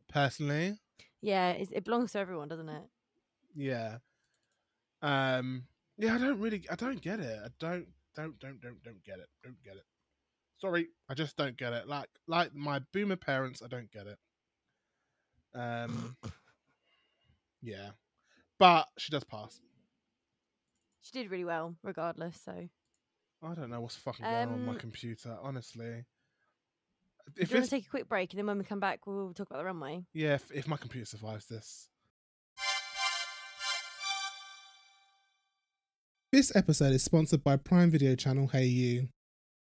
A: Personally,
B: Yeah, it's, it belongs to everyone, doesn't it?
A: yeah. Um, yeah, I don't really, I don't get it. I don't, don't, don't, don't, don't get it. Don't get it. Sorry, I just don't get it. Like, like my boomer parents, I don't get it. Um, yeah, but she does pass.
B: She did really well, regardless. So
A: I don't know what's fucking going on with
B: Um,
A: my computer, honestly.
B: Do
A: If
B: you want
A: it's,
B: to take a quick break, and then when we come back, we'll talk about the runway.
A: yeah, if, if my computer survives this. This episode is sponsored by Prime Video channel Hey You.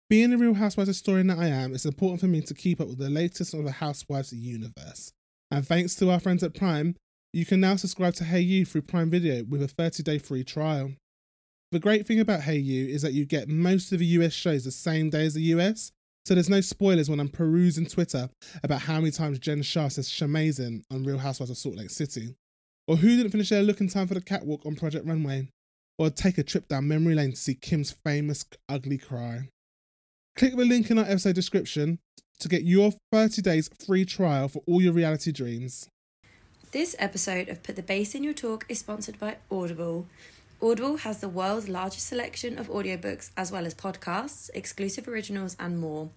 A: Being the Real Housewives historian that I am, it's important for me to keep up with the latest of the Housewives universe. And thanks to our friends at Prime, you can now subscribe to Hey You through Prime Video with a 30 day free trial. The great thing about Hey You is that you get most of the US shows the same day as the US, so there's no spoilers when I'm perusing Twitter about how many times Jen Shah says shamazin on Real Housewives of Salt Lake City, or who didn't finish their look in time for the catwalk on Project Runway, or take a trip down memory lane to see Kim's famous ugly cry. Click the link in our episode description to get your 30 days free trial for all your reality dreams.
E: This episode of Put the Bass in Your Talk is sponsored by Audible. Audible has the world's largest selection of audiobooks as well as podcasts, exclusive originals, and more.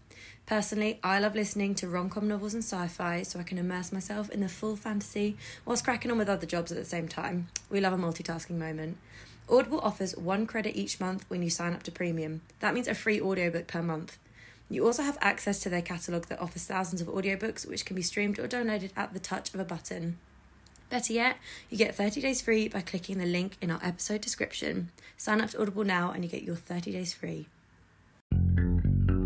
E: Personally, I love listening to rom com novels and sci fi so I can immerse myself in the full fantasy whilst cracking on with other jobs at the same time. We love a multitasking moment. Audible offers one credit each month when you sign up to premium. That means a free audiobook per month. You also have access to their catalogue that offers thousands of audiobooks which can be streamed or downloaded at the touch of a button. Better yet, you get 30 days free by clicking the link in our episode description. Sign up to Audible now and you get your 30 days free.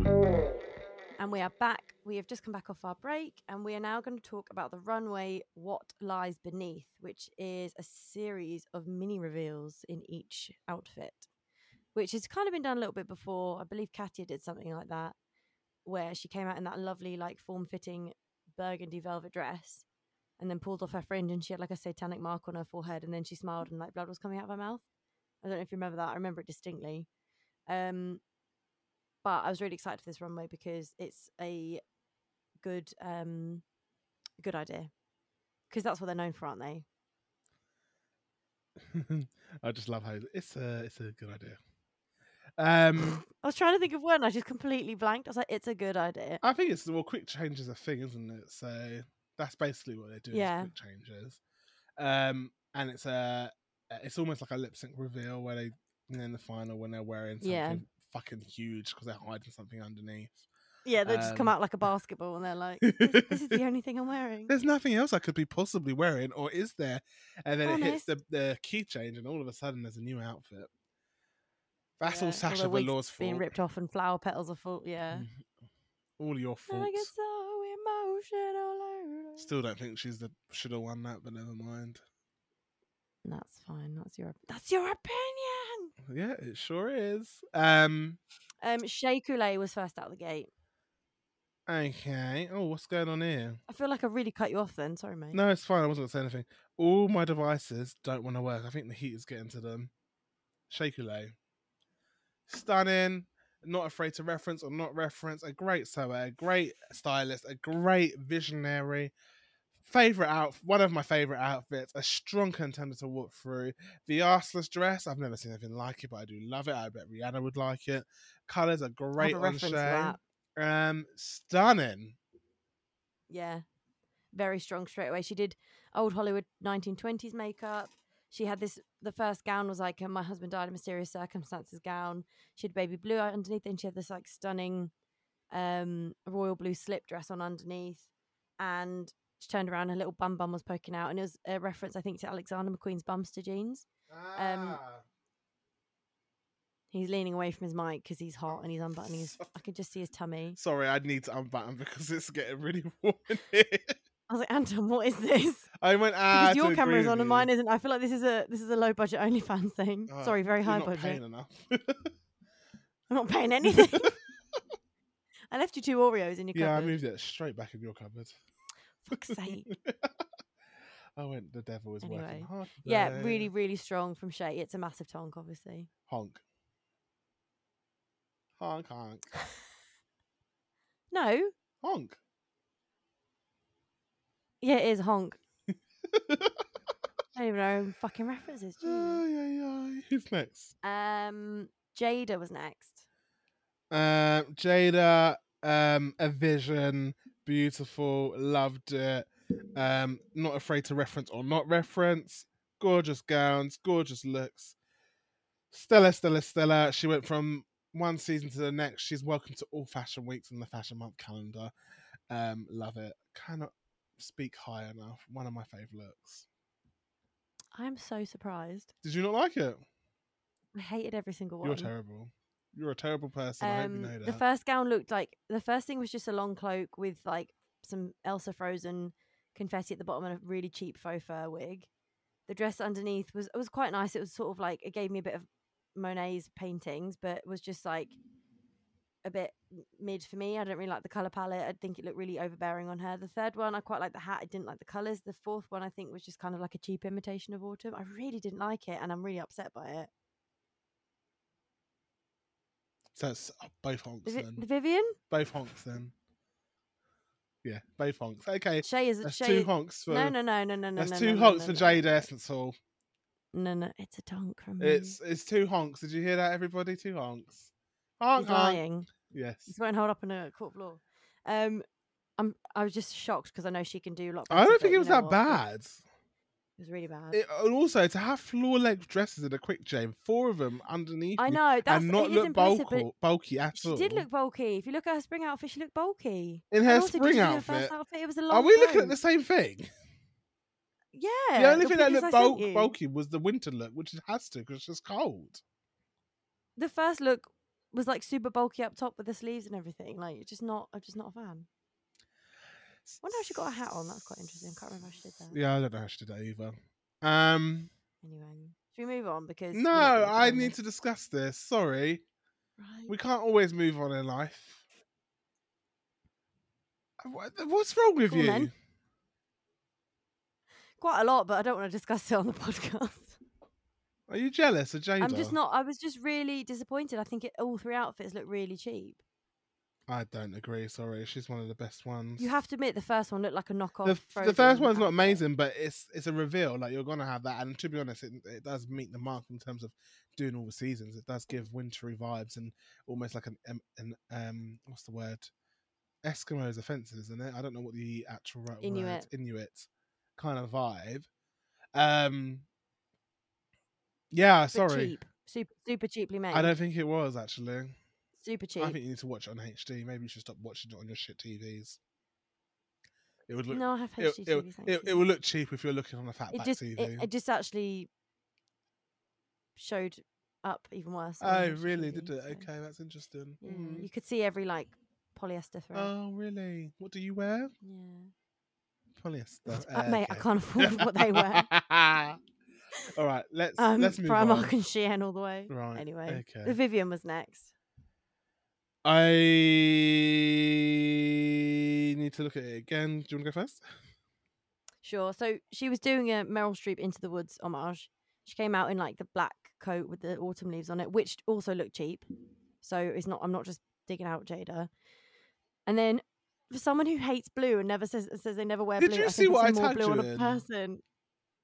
B: And we are back. We have just come back off our break, and we are now going to talk about the runway What Lies Beneath, which is a series of mini reveals in each outfit, which has kind of been done a little bit before. I believe Katia did something like that, where she came out in that lovely, like, form fitting burgundy velvet dress and then pulled off her fringe and she had like a satanic mark on her forehead and then she smiled and like blood was coming out of her mouth. I don't know if you remember that. I remember it distinctly. Um, but I was really excited for this runway because it's a good um good idea because that's what they're known for, aren't they?
A: I just love how it's a it's a good idea. Um,
B: I was trying to think of one. I just completely blanked. I was like, it's a good idea.
A: I think it's well, quick change is a thing, isn't it? So that's basically what they're doing.
B: Yeah.
A: Is quick changes, um, and it's a it's almost like a lip sync reveal where they and in the final when they're wearing something
B: Yeah.
A: fucking huge because they're hiding something underneath.
B: Yeah, they just come
A: Um,
B: out like a basketball and they're like, this, this is the only thing I'm wearing.
A: There's nothing else I could be possibly wearing, or is there? And then
B: Oh,
A: it
B: no.
A: hits the, the key change, and all of a sudden there's a new outfit. That's
B: Yeah,
A: all Sasha
B: the wig's
A: Velour's fault.
B: Being ripped off and flower petals are full. Yeah.
A: Mhm. All your fault.
B: And I get so emotional. over it.
A: Still don't think she's the should have won that, but never mind.
B: That's fine. That's your that's your opinion.
A: Yeah, it sure is. Um,
B: Um, Shea Coulee was first out the gate.
A: okay. Oh, what's going on here?
B: I feel like I really cut you off then. Sorry, mate.
A: No, it's fine. I wasn't going to say anything. All my devices don't want to work. I think the heat is getting to them. Shakule. Stunning. Not afraid to reference or not reference. A great sewer, a great stylist, a great visionary. Favorite out, one of my favorite outfits. A strong contender to walk through. The arseless dress. I've never seen anything like it, but I do love it. I bet Rihanna would like it. Colors are
B: I have
A: great
B: a
A: on
B: reference to
A: Shay.
B: that.
A: Um, stunning.
B: Yeah. Very strong straight away. She did old Hollywood 1920s makeup. She had this, the first gown was like a My Husband Died in Mysterious Circumstances gown. She had baby blue underneath and she had this like stunning um, royal blue slip dress on underneath. And she turned around, her little bum bum was poking out. And it was a reference, I think, to Alexander McQueen's bumster jeans. Um,
A: Ah.
B: He's leaning away from his mic because he's hot and he's unbuttoning his,
A: Sorry.
B: I could just see his tummy.
A: Sorry, I need to unbutton because it's getting really warm in here.
B: I was like, Anton, what is this?
A: I went ah.
B: because
A: to
B: your
A: agree
B: camera's
A: with
B: on and
A: you.
B: mine isn't. I feel like this is a this is a low budget OnlyFans thing.
A: Oh,
B: Sorry, very
A: You're
B: high
A: not
B: budget.
A: paying enough.
B: I'm not paying anything. I left you two Oreos in your
A: yeah, I
B: cupboard.
A: moved it straight back in your cupboard.
B: Fuck's sake.
A: I went. The devil is
B: Anyway.
A: working hard.
B: Yeah,
A: today."
B: really, really strong from Shay. It's a massive tonk, obviously.
A: honk, honk, honk,
B: No,
A: honk.
B: yeah, it is a honk. I don't even know her own fucking references. Jesus.
A: Ay, ay, ay. Who's next?
B: Um, Jada was next.
A: Um, Jada, um, a vision, beautiful, loved it. Um, not afraid to reference or not reference. Gorgeous gowns, gorgeous looks. Stella, Stella, Stella. She went from one season to the next. She's welcome to all fashion weeks in the fashion month calendar. Um, love it. Cannot speak high enough. One of my fave looks.
B: I'm so surprised.
A: Did you not like it?
B: I hated every single one.
A: You're terrible. You're a terrible person. I hope you
B: Um,
A: know that.
B: the first gown looked like the first thing was just a long cloak with like some Elsa Frozen confetti at the bottom and a really cheap faux fur wig. The dress underneath was it was quite nice. It was sort of like it gave me a bit of Monet's paintings, but was just like a bit m- mid for me. I don't really like the color palette. I think it looked really overbearing on her. The third one, I quite like the hat. I didn't like the colors. The fourth one, I think, was just kind of like a cheap imitation of autumn. I really didn't like it, and I'm really upset by it.
A: So it's both honks
B: The, Vi-
A: then.
B: the Vivian
A: Both honks then. Yeah, both honks. Okay,
B: Shay is
A: that's
B: Shay
A: two honks for.
B: No, no, no, no, no, no.
A: that's
B: no,
A: two
B: no,
A: honks
B: no,
A: for
B: no.
A: Jade Essence Hall.
B: No, no, it's a donk from me.
A: It's it's two honks. Did you hear that, everybody? Two honks. Honk,
B: He's
A: honk.
B: lying. He
A: Yes.
B: won't hold up on a court floor. Um, I'm. I was just shocked because I know she can do a lot.
A: I
B: better,
A: don't
B: but
A: think it
B: you
A: was
B: know
A: that
B: what?
A: bad.
B: It was really bad.
A: It, and also, to have floor length dresses in a quick jam, four of them underneath,
B: I
A: you,
B: know that's
A: and not
B: it is
A: look
B: impressive, but
A: bulky, bulky at
B: She
A: all.
B: did look bulky. If you look at her spring outfit, she looked bulky.
A: in
B: And
A: her
B: also, did
A: spring
B: you see
A: outfit.
B: first outfit, it was a long
A: Are we looking at
B: coat.
A: the same thing?
B: Yeah.
A: the only thing that looked
B: pictures I sent
A: bulk,
B: you.
A: bulky was the winter look, which it has to because it's just cold.
B: The first look was like super bulky up top with the sleeves and everything. Like, it's just not. I'm just not a fan. Wonder how she got a hat on. That's quite interesting. I can't remember how she did that.
A: Yeah, I don't know how she did that either. Um,
B: Anyway, should we move on? Because we're
A: no,
B: not gonna get
A: I
B: on
A: need
B: this.
A: to discuss this. Sorry,
B: Right.
A: we can't always move on in life. Uh, what- What's wrong with
B: Go on
A: you?
B: then. quite a lot, but I don't want to discuss it on the podcast.
A: Are you jealous of Jada?
B: I'm just not. I was just really disappointed. I think it, all three outfits look really cheap.
A: I don't agree. Sorry, she's one of the best ones.
B: You have to admit the first one looked like a knockoff.
A: Mm. the, f- the first
B: Frozen
A: one's not
B: outfit.
A: amazing, but it's it's a reveal. Like you're gonna have that, and to be honest, it, it does meet the mark in terms of doing all the seasons. It does give wintry vibes and almost like an um, an um what's the word? Eskimo is offensive, isn't it? I don't know what the actual right word
B: Inuit.
A: Inuit kind of vibe. Um, yeah,
B: But
A: sorry,
B: cheap, super, super cheaply made.
A: I don't think it was actually.
B: super cheap.
A: I think you need to watch it on HD. Maybe you should stop watching it on your shit TVs. It would look
B: no, I have
A: it,
B: HGTV.
A: it,
B: thank
A: it,
B: you.
A: it will look cheap if you're looking on a fat
B: It
A: back
B: just,
A: TV.
B: it, it just actually showed up even worse. on
A: oh, really?
B: HGTV,
A: Did it?
B: so,
A: Okay, that's interesting.
B: Yeah,
A: Mm.
B: you could see every like polyester thread.
A: Oh, really? What do you wear?
B: yeah,
A: Polyester.
B: Uh, mate, I
A: okay.
B: can't afford what they wear.
A: All right, let's
B: Um,
A: let's move
B: Primark
A: on.
B: and Shein all the way.
A: Right.
B: Anyway,
A: Okay.
B: the Vivian was next.
A: I need to look at it again. Do you want to go first?
B: Sure. So she was doing a Meryl Streep Into the Woods homage. She came out in like the black coat with the autumn leaves on it, which also looked cheap. So it's not. I'm not just digging out Jada. And then for someone who hates blue and never says says they never wear
A: Did
B: blue,
A: you
B: I
A: see
B: think
A: what
B: I
A: I
B: more
A: tagged
B: blue on
A: you
B: a
A: in?
B: person.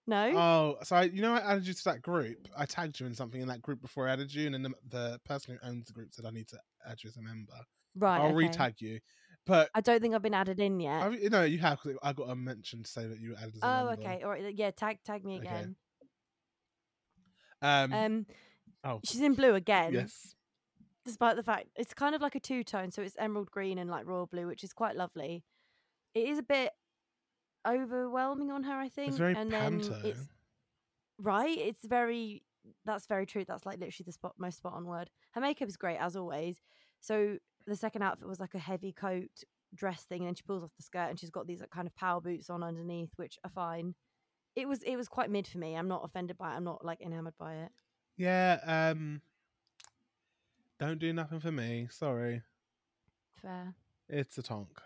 B: No.
A: Oh, so I, you know, I added you to that group. I tagged you in something in that group before I added you, and then the, the person who owns the group said I need to add you as a member.
B: right.
A: I'll
B: okay.
A: re-tag you, but
B: I don't think I've been added in yet.
A: I, you know you have. 'cause I got a mention to say that you were added. As a
B: oh,
A: member.
B: okay. All right. th- Yeah. Tag tag me
A: Okay.
B: again.
A: Um.
B: Um.
A: oh.
B: She's in blue again.
A: Yes.
B: despite the fact it's kind of like a two tone, so it's emerald green and like royal blue, which is quite lovely. It is a bit overwhelming on her, I think.
A: It's very
B: and
A: panto.
B: then it's right. It's very that's very true. That's like literally the spot most spot on word. Her makeup is great as always. So the second outfit was like a heavy coat dress thing, and then she pulls off the skirt and she's got these like kind of power boots on underneath, which are fine. It was it was quite mid for me. I'm not offended by it. I'm not like enamored by it.
A: Yeah. Um. Don't do nothing for me. Sorry.
B: Fair.
A: It's a tonk.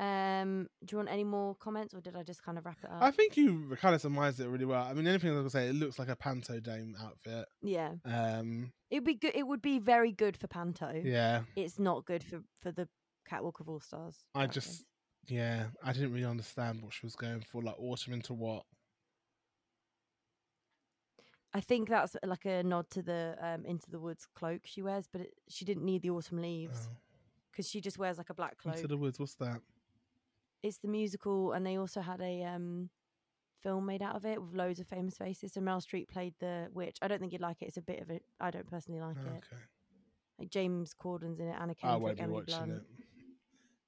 B: Um, do you want any more comments, or did I just kind of wrap it up?
A: I think you kind of surmised it really well. I mean, anything I was gonna say, it looks like a panto dame outfit.
B: yeah,
A: Um,
B: it'd be good. It would be very good for Panto.
A: yeah,
B: It's not good for for the Catwalk of All Stars.
A: I
B: in that
A: just,
B: case.
A: yeah, I didn't really understand what she was going for, like autumn into what.
B: I think that's like a nod to the um into the woods cloak she wears, but it, she didn't need the autumn leaves
A: Oh,
B: because she just wears like a black cloak.
A: into the woods. What's that?
B: it's the musical, and they also had a um film made out of it with loads of famous faces. So Meryl Streep played the witch. I don't think you'd like it. It's a bit of a. I don't personally like
A: Oh, Okay, Oh,
B: it. Like James Corden's in it, Anna
A: I
B: Kendrick,
A: won't be
B: Emily
A: watching
B: Blunt.
A: it.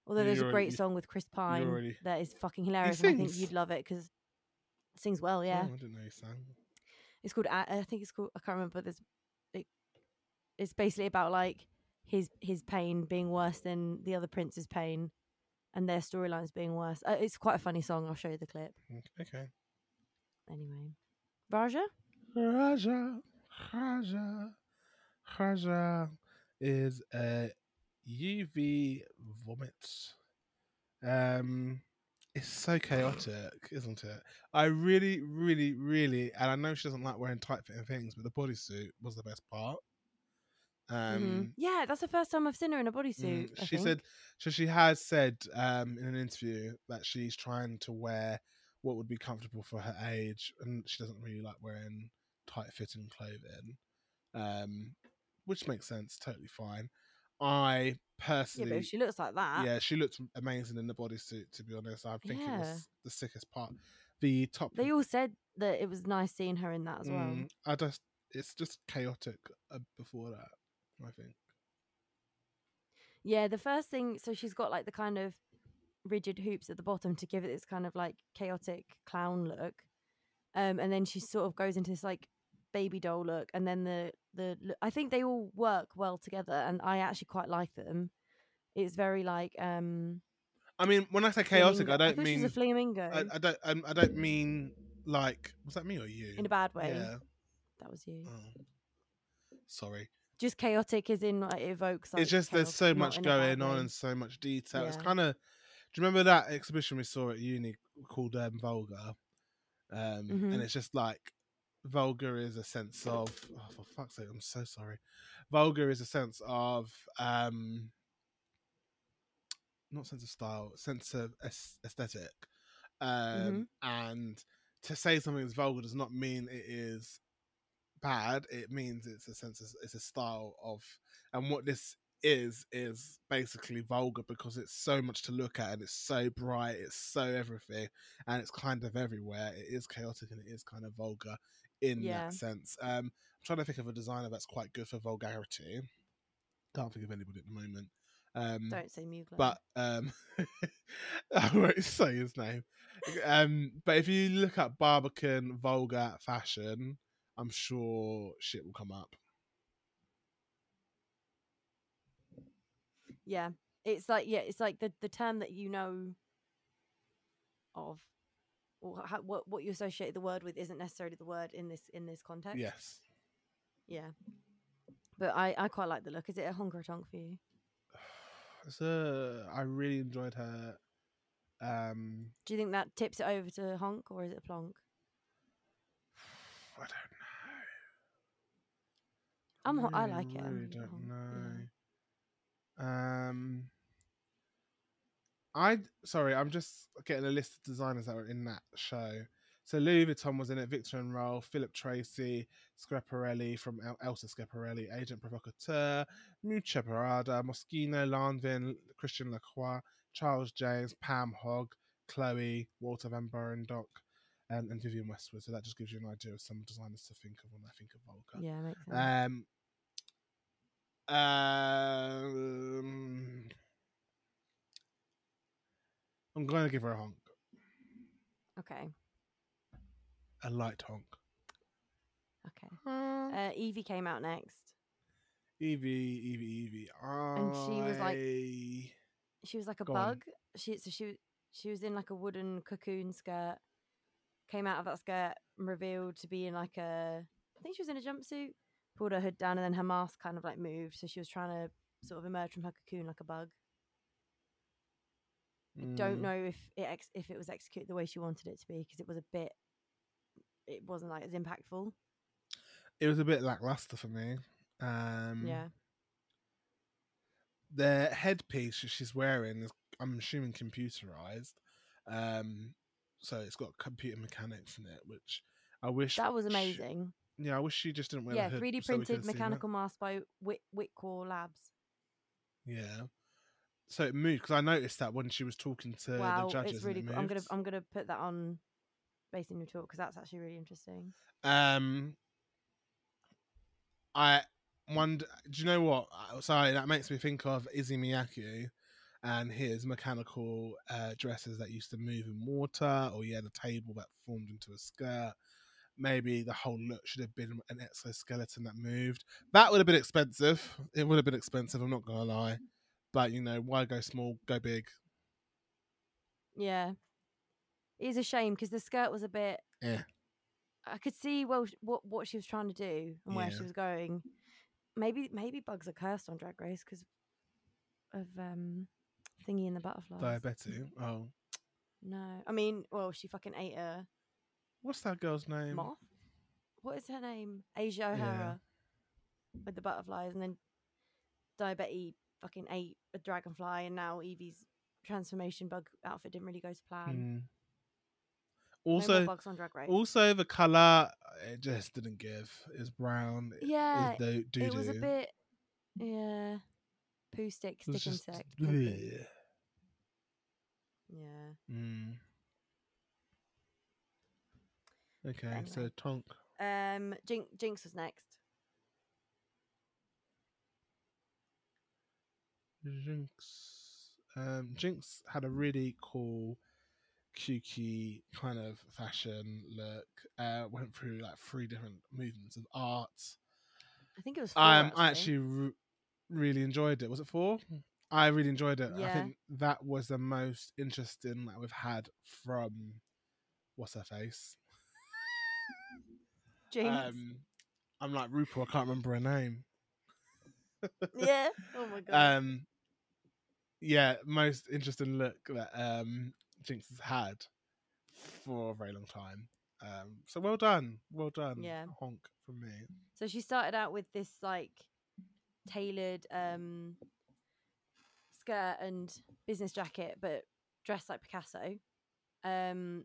B: Although there's
A: You
B: a
A: already-
B: great
A: you-
B: song with Chris Pine
A: already-
B: that is fucking hilarious, and I think
A: sings.
B: you'd love it because sings well. Yeah,
A: Oh, I didn't know you sang.
B: it's called. A- I think it's called. I can't remember. But there's, it, it's basically about like his his pain being worse than the other prince's pain, and their storylines being worse. Uh, it's quite a funny song. I'll show you the clip
A: Mm, Okay.
B: anyway. Raja,
A: Raja, Raja, Raja is a UV vomit. Um, it's so chaotic, isn't it? I really, really, really, and I know she doesn't like wearing tight fitting things, but the bodysuit was the best part.
B: Mhm.
A: Um,
B: yeah, that's the first time I've seen her in a bodysuit.
A: Mm,
B: I
A: she
B: think.
A: said so she has said um in an interview that she's trying to wear what would be comfortable for her age and she doesn't really like wearing tight fitting clothing um which makes sense totally fine i
B: yeah,
A: personally
B: but if she looks like that,
A: yeah, she looked amazing in the bodysuit to be honest i think it
B: Yeah.
A: was the sickest part the top
B: they all said that it was nice seeing her in that as well.
A: Mm, i just it's just chaotic uh, before that i think
B: Yeah, the first thing, so she's got like the kind of rigid hoops at the bottom to give it this kind of like chaotic clown look. Um, and then she sort of goes into this like baby doll look. And then the, the, lo- I think they all work well together and I actually quite like them. It's very like, um,
A: i mean when i say chaotic
B: flamingo-
A: i don't
B: thought
A: mean
B: she's a flamingo
A: I, I don't. Um, I don't mean like. Was that me or you?
B: in a bad way.
A: Yeah.
B: That was you.
A: oh. Sorry.
B: Just chaotic is in like, it evokes. Like,
A: it's just there's
B: chaos,
A: so
B: not
A: much
B: in a bad
A: going on
B: way.
A: and so much detail. It's
B: Yeah.
A: kind of. Do you remember that exhibition we saw at uni called um, Vulgar? Um,
B: Mhm.
A: And it's just like vulgar is a sense of. Oh, for fuck's sake! I'm so sorry. Vulgar is a sense of. um not sense of style, sense of aes- aesthetic.
B: Mm-hmm.
A: Um, And to say something is vulgar does not mean it is bad. It means it's a sense, of, it's a style of, and what this is is basically vulgar because it's so much to look at and it's so bright, it's so everything, and it's kind of everywhere. It is chaotic and it is kind of vulgar in
B: Yeah.
A: that sense. Um, I'm trying to think of a designer that's quite good for vulgarity. Can't think of anybody at the moment. Um,
B: Don't say Mugler.
A: but um I won't say his name. Um but if you look at Barbican vulgar fashion, I'm sure shit will come up.
B: Yeah. It's like yeah, it's like the the term that you know of or how, what what you associate the word with isn't necessarily the word in this in this context.
A: Yes.
B: Yeah. But I I quite like the look. Is it a honker tonk for you?
A: So uh, I really enjoyed her um
B: Do you think that tips it over to honk or is it a plonk?
A: I don't know.
B: I'm ho- I
A: really,
B: like it. I
A: really
B: think it's a
A: don't
B: honk,
A: know. Um, I sorry, I'm just getting a list of designers that were in that show. So Louis Vuitton was in it, Victor and Roll, Philip Tracy, Schiaparelli from El- Elsa Schiaparelli, Agent Provocateur, Mucha Parada, Moschino, Lanvin, Christian Lacroix, Charles James, Pam Hogg, Chloe, Walter Van Burendonck, and, and Vivian Westwood. So that just gives you an idea of some designers to think of when I think of Volga.
B: Yeah, yeah makes sense.
A: Um, um, I'm going to give her a honk,
B: okay.
A: a light honk.
B: Okay. Uh, Evie came out next.
A: Evie, Evie, Evie. I...
B: And she was like- she was like a
A: Go on.
B: bug. She so she she was in like a wooden cocoon skirt. Came out of that skirt and revealed to be in like a I think she was in a jumpsuit. Pulled her hood down and then her mask kind of like moved, so she was trying to sort of emerge from her cocoon like a bug. I
A: Mm.
B: don't know if it ex- if it was executed the way she wanted it to be because it was a bit. It wasn't like as impactful.
A: It was a bit lackluster for me. Um,
B: Yeah.
A: the headpiece that she's wearing is i'm assuming computerized um so it's got computer mechanics in it which i wish
B: That was
A: she-
B: amazing.
A: yeah i wish she just didn't wear the
B: Yeah,
A: hood
B: 3D
A: so we could
B: printed
A: have seen that.
B: mechanical mask by Whit- Whitcore Labs.
A: yeah so it moved because i noticed that when she was talking to
B: wow,
A: the judges
B: it's
A: and
B: really.
A: it
B: cool. I'm gonna
A: moved.
B: I'm gonna put that on, based on your talk because that's actually really interesting.
A: um i wonder do you know what Uh, sorry that makes me think of izzy miyake and his mechanical uh, dresses that used to move in water or he had a table that formed into a skirt maybe the whole look should have been an exoskeleton that moved that would have been expensive it would have been expensive i'm not gonna lie but you know why go small go big
B: Yeah, it is a shame because the skirt was a bit.
A: Yeah.
B: I could see well sh- what what she was trying to do and where
A: Yeah.
B: she was going. Maybe maybe bugs are cursed on Drag Race because of um thingy and the butterflies.
A: diabetic oh
B: No, I mean, well, she fucking ate a
A: what's that girl's name
B: moth. What is her name? Asia
A: Yeah.
B: O'Hara with the butterflies, and then diabetes fucking ate a dragonfly, and now Evie's transformation bug outfit didn't really go to plan.
A: Mm.
B: No more
A: also
B: bugs on Drag Race.
A: Also, the color it just didn't give. It's brown. it-
B: yeah,
A: it's do- doo-doo.
B: it was a bit, yeah, poo stick,
A: It was
B: stick
A: just-
B: insect. poopy.
A: bleh.
B: Yeah.
A: Mm. Okay, so
B: anyway.
A: Tonk.
B: Um, Jinx, Jinx was next.
A: Jinx. Um, Jinx had a really cool, kooky kind of fashion look. Uh, went through like three different movements of art.
B: I think it was. Four, Mm-hmm.
A: Um, I actually re- really enjoyed it. Was it four? I really enjoyed it. I
B: Yeah.
A: think that was the most interesting that we've had from what's her face.
B: Jinx.
A: Um, I'm like RuPaul. I can't remember her name.
B: yeah. Oh my god.
A: Um, yeah, most interesting look that um Jinx has had for a very long time. Um, so well done, well done.
B: Yeah.
A: honk from me.
B: So she started out with this like tailored um skirt and business jacket, but dressed like Picasso. Um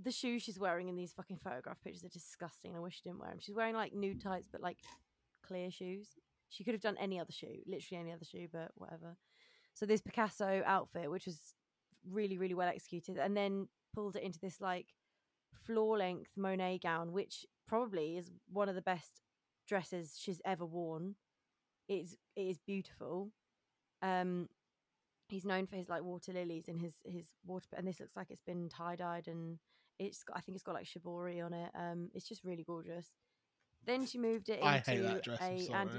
B: the shoes she's wearing in these fucking photograph pictures are disgusting. I wish she didn't wear them. She's wearing like nude tights, but like clear shoes. She could have done any other shoe, literally any other shoe, but whatever. So this Picasso outfit, which was really, really well executed, and then pulled it into this like floor length Monet gown, which probably is one of the best dresses she's ever worn. It's it is beautiful. Um, he's known for his like water lilies and his his water, and this looks like it's been tie dyed and it's got I think it's got like shibori on it. Um, it's just really gorgeous. Then she moved it into
A: I hate that dress.
B: a
A: I'm sorry.
B: Andy.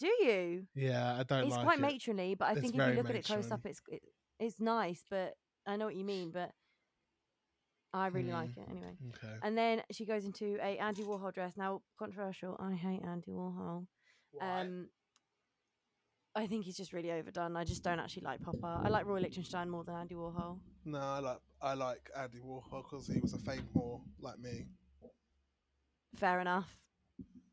B: Do you?
A: Yeah, I don't
B: it's
A: like
B: quite
A: it.
B: matronly, but I
A: It's
B: think if
A: very
B: you look at it close up,
A: matron.
B: it's it, it's nice. But I know what you mean. But I really
A: Hmm.
B: like it anyway.
A: Okay.
B: And then she goes into a Andy Warhol dress. Now controversial. I hate Andy Warhol. Um, I think he's just really overdone. I just don't actually like Pop Art. I like Roy Lichtenstein more than Andy Warhol.
A: No, I like I like Andy Warhol because he was a fame whore like me.
B: Fair enough.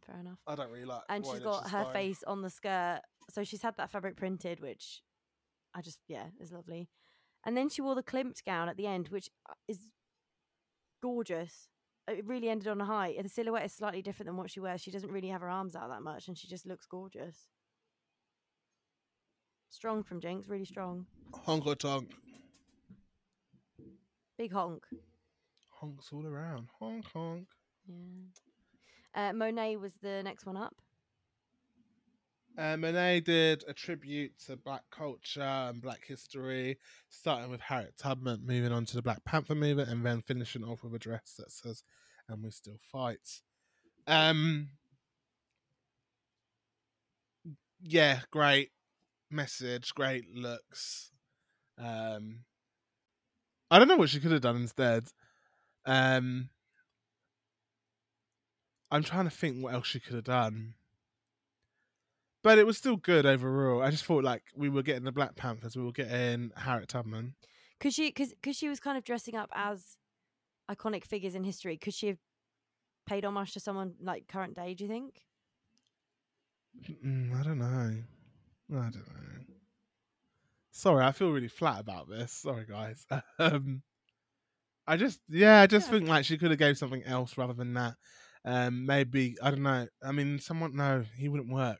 B: Fair enough.
A: I don't really like.
B: and she's
A: Roy
B: got her
A: Lichtenstein.
B: face on the skirt. So she's had that fabric printed, which I just yeah is lovely. And then she wore the Klimt gown at the end, which uh, is gorgeous. It really ended on a high. The silhouette is slightly different than what she wears. She doesn't really have her arms out that much, and she just looks gorgeous. Strong from Jinx, really strong.
A: Honk or tonk.
B: Big honk.
A: Honks all around. Honk honk.
B: Yeah. Uh, Monet was the next one up.
A: Um, Monet did a tribute to black culture and black history, starting with Harriet Tubman, moving on to the Black Panther movement, and then finishing off with a dress that says, and we still fight. Um, yeah, great message, great looks. Um, I don't know what she could have done instead. Um, I'm trying to think what else she could have done But it was still good overall. I just thought like we were getting the Black Panthers, we were getting Harriet Tubman.
B: Could she? Because because she was kind of dressing up as iconic figures in history. Could she have paid homage to someone like current day? Do you think?
A: Mm, I don't know. I don't know. Sorry, I feel really flat about this. Sorry, guys. Um, I just, yeah, I just
B: Yeah.
A: think like she could have gave something else rather than that. Um, maybe I don't know. I mean, someone no, he wouldn't work.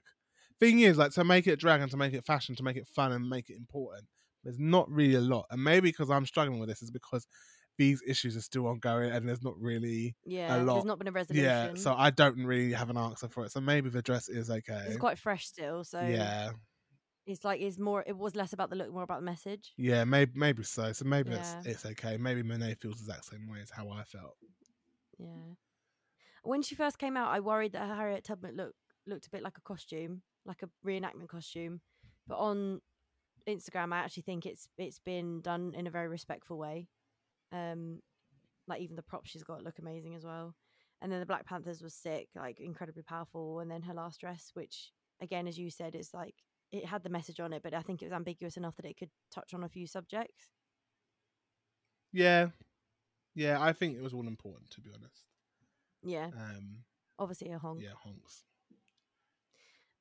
A: Thing is, like to make it drag and to make it fashion, to make it fun and make it important. There's not really a lot, and maybe because I'm struggling with this is because these issues are still ongoing and there's not really,
B: Yeah,
A: lot.
B: there's not been a resolution.
A: yeah. So I don't really have an answer for it. So maybe the dress is okay.
B: it's quite fresh still. So
A: yeah.
B: it's like it's more. It was less about the look, more about the message.
A: Yeah, maybe maybe so. So maybe it's
B: Yeah.
A: it's okay. Maybe Monet feels the exact same way as how I felt.
B: Yeah. When she first came out, I worried that her Harriet Tubman look looked a bit like a costume, like a reenactment costume. But on Instagram, I actually think it's it's been done in a very respectful way. Um, like even the props she's got look amazing as well. And then the Black Panthers was sick, like incredibly powerful. And then her last dress, which again, as you said, is like it had the message on it, but I think it was ambiguous enough that it could touch on a few subjects.
A: Yeah, yeah. I think it was all important to be honest.
B: Yeah,
A: Um,
B: obviously a honk.
A: yeah, honks.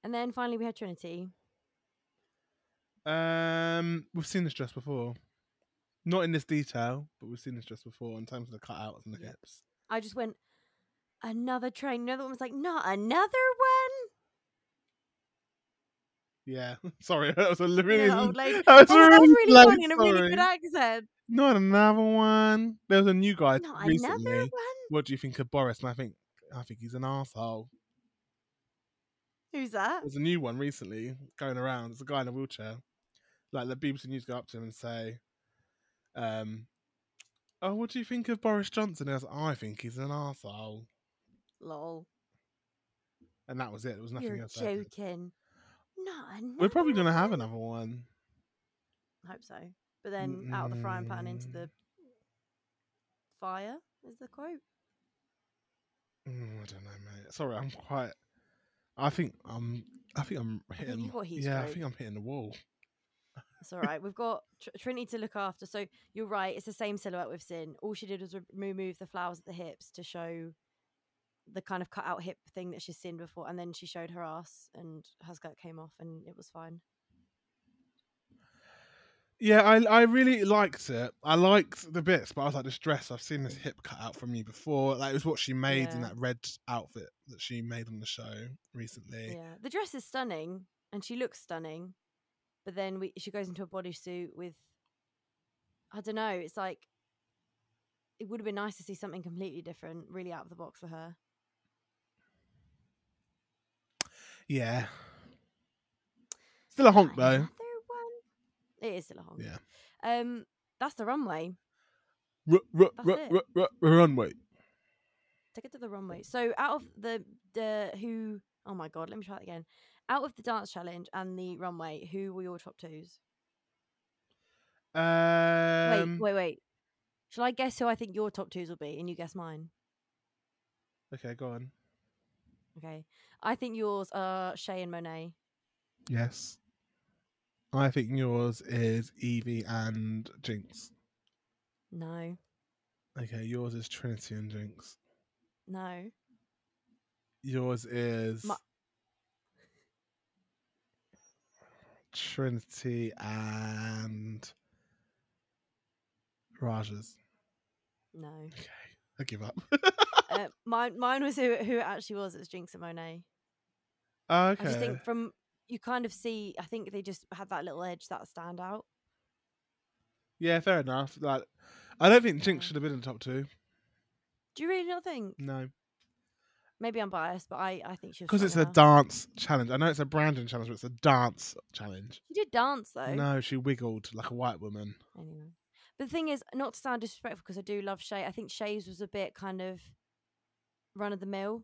B: And then finally, we had Trinity.
A: Um, we've seen this dress before, not in this detail, but we've seen this dress before in terms of the cutouts and the
B: Yep.
A: hips.
B: I just went, another train. Another one was like, not another one.
A: Yeah, sorry, that was a li- really.
B: You know, old lady.
A: That was
B: Oh, that was really
A: like,
B: funny and a really good
A: sorry.
B: accent.
A: Not another one. There was a new guy
B: Not another
A: recently.
B: one.
A: What do you think of Boris? And I think I think he's an asshole.
B: Who's that?
A: There's a new one recently going around. There's a guy in a wheelchair. Like the BBC News go up to him and say, um, "Oh, what do you think of Boris Johnson?" He goes, "I think he's an arsehole.
B: Lol.
A: And that was it. There was nothing
B: You're
A: else. happened.
B: joking. Not another.
A: We're probably going to have
B: one.
A: another one.
B: I hope so. But then out of the frying pan into
A: Mm.
B: the fire is the quote.
A: Mm, I don't know, mate. Sorry, I'm quite. I think I'm. I think I'm
B: think
A: hitting.
B: you've got heat
A: yeah, I
B: stroke.
A: think I'm hitting the wall.
B: It's all right. We've got Tr- Trinity to look after. So you're right. It's the same silhouette we've seen. All she did was re- remove the flowers at the hips to show the kind of cut out hip thing that she's seen before. And then she showed her ass and her skirt came off and it was fine.
A: Yeah, I I really liked it. I liked the bits, but I was like, this dress, I've seen this hip cut out from you before. Like, it was what she made in
B: Mm. Yeah.
A: that red outfit that she made on the show recently.
B: Yeah. The dress is stunning and she looks stunning. But then we, she goes into a bodysuit with, I don't know, it's like, it would have been nice to see something completely different, really out of the box for her.
A: Yeah. Still a honk,
B: Not
A: though.
B: another one. It is still a honk.
A: Yeah.
B: Um, that's the runway.
A: R- r-
B: That's
A: r-
B: it.
A: r- r- runway.
B: Take it to the runway. So out of the the who oh my god, let me try that again. Out of the dance challenge and the runway, who were your top twos?
A: Um,
B: wait, wait, wait. Shall I guess who I think your top twos will be and you guess mine?
A: Okay, go on.
B: Okay. I think yours are Shay and Monet.
A: Yes. I think yours is Evie and Jinx.
B: No.
A: Okay, yours is Trinity and Jinx.
B: No.
A: Yours is
B: Ma-
A: Trinity and Raja's.
B: No.
A: Okay, I give up.
B: uh, mine mine was who who it actually was, it was Jinx and Monet.
A: okay.
B: I just think from you kind of see I think they just had that little edge, that standout.
A: Yeah, fair enough. Like, I don't think Jinx
B: Yeah.
A: should have been in the top two.
B: Do you really not think?
A: No,
B: Maybe I'm biased, but I, I think she was
A: Mm. because it's
B: strong
A: a
B: enough.
A: dance challenge. I know it's a branding challenge, but it's a dance challenge.
B: She did dance though.
A: No, she wiggled like a white woman.
B: anyway. But the thing is, not to sound disrespectful, because I do love Shay. I think Shay's was a bit kind of run of the mill.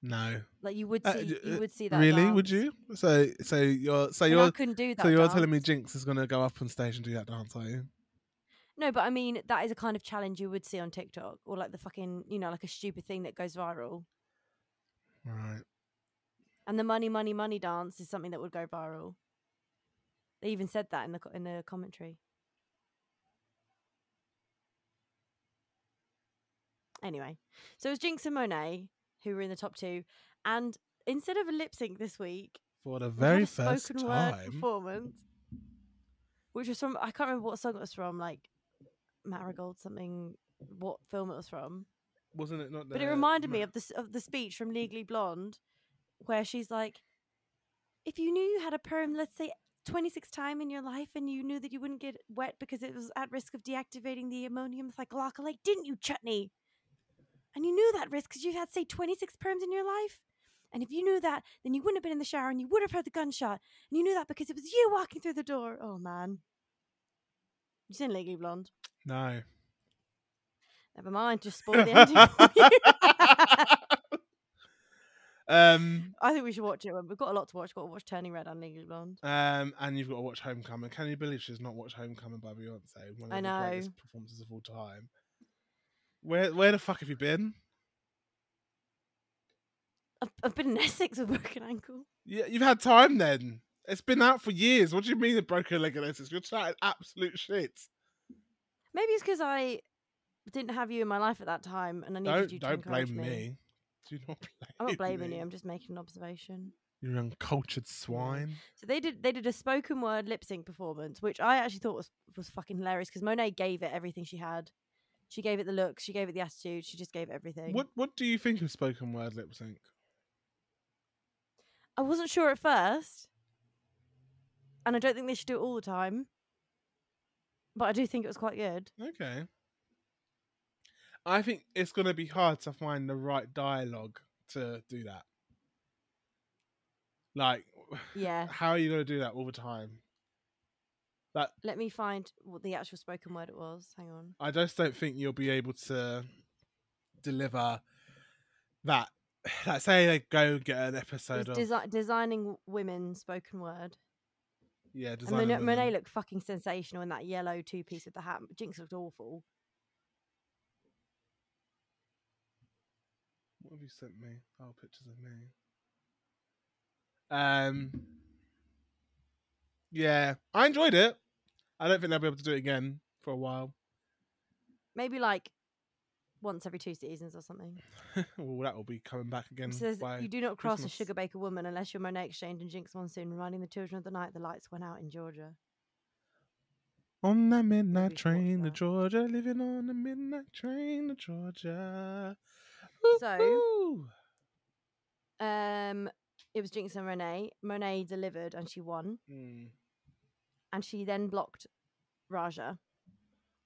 A: No,
B: Like you would see,
A: Uh, d- uh,
B: you would see that.
A: really? Would
B: dance.
A: you? So, so you're so
B: And I
A: you're
B: couldn't do that.
A: so you're telling me
B: dance.
A: Jinx is gonna go up on stage and do that dance, are you?
B: No, but I mean that is a kind of challenge you would see on TikTok or like the fucking, you know, like a stupid thing that goes viral.
A: Right.
B: And the money, money, money dance is something that would go viral. They even said that in the co- in the commentary. Anyway, so it was Jinx and Monet who were in the top two, and instead of a lip sync this week,
A: For the
B: we had
A: very
B: a
A: first
B: spoken word
A: time.
B: performance, which was from I can't remember what song it was from, like Marigold something, what film it was from.
A: Wasn't it not
B: But it
A: the-
B: reminded me
A: Uh, no.
B: of the of the speech from Legally Blonde, where she's like, "If you knew you had a perm, let's say twenty six time in your life, and you knew that you wouldn't get wet because it was at risk of deactivating the ammonium glycolate, didn't you, Chutney? And you knew that risk because you had say twenty six perms in your life." And if you knew that, then you wouldn't have been in the shower and you would have heard the gunshot. And you knew that because it was you walking through the door. Oh, man. You seen Legally Blonde?
A: No.
B: Never mind, just spoil the ending for you.
A: um,
B: I think we should watch it. We've got a lot to watch. Got to watch Turning Red and Legally Blonde.
A: um, and you've got to watch Homecoming. Can you believe she's not watched Homecoming by Beyonce? One of
B: I
A: the
B: know.
A: greatest performances of all time. Where where the fuck have you been?
B: I've, I've been in Essex with a broken ankle.
A: Yeah, you've had time then. It's been out for years. What do you mean a broken leg analysis? You're chatting absolute shit.
B: Maybe it's because I didn't have you in my life at that time, and I needed
A: Don't
B: you to
A: don't
B: encourage
A: blame me.
B: me.
A: Do not blame
B: I'm not blaming you.
A: me.
B: I'm just making an observation.
A: You're uncultured swine.
B: So they did. They did a spoken word lip sync performance, which I actually thought was was fucking hilarious because Monet gave it everything she had. She gave it the look. She gave it the attitude. She just gave it everything.
A: What what do you think of spoken word lip sync?
B: I wasn't sure at first, and I don't think they should do it all the time. But I do think it was quite good.
A: Okay. I think it's gonna be hard to find the right dialogue to do that. Like
B: Yeah.
A: how are you gonna do that all the time? That
B: Let me find what the actual spoken word it was. Hang on.
A: I just don't think you'll be able to deliver that. Like, say they go get an
B: It
A: episode
B: was
A: of
B: desi- designing w- women spoken word.
A: yeah,
B: And Monet,
A: design.
B: Monet looked fucking sensational in that yellow two piece with the hat. Jinx looked awful.
A: What have you sent me? Oh, pictures of me. Um. Yeah, I enjoyed it. I don't think they'll be able to do it again for a while.
B: Maybe like once every two seasons or something.
A: well, that will be coming back again.
B: It says
A: by-
B: you do not cross
A: Christmas.
B: a sugar baker woman unless you're Monet Exchange and Jinx Monsoon, reminding the children of the night the lights went out in Georgia.
A: On that midnight
B: watch
A: train to
B: that.
A: Georgia, living on the midnight train to Georgia.
B: So-
A: Woo-hoo.
B: Um, it was Jinx and Monet. Monet delivered and she won.
A: Mm.
B: and she then blocked Raja,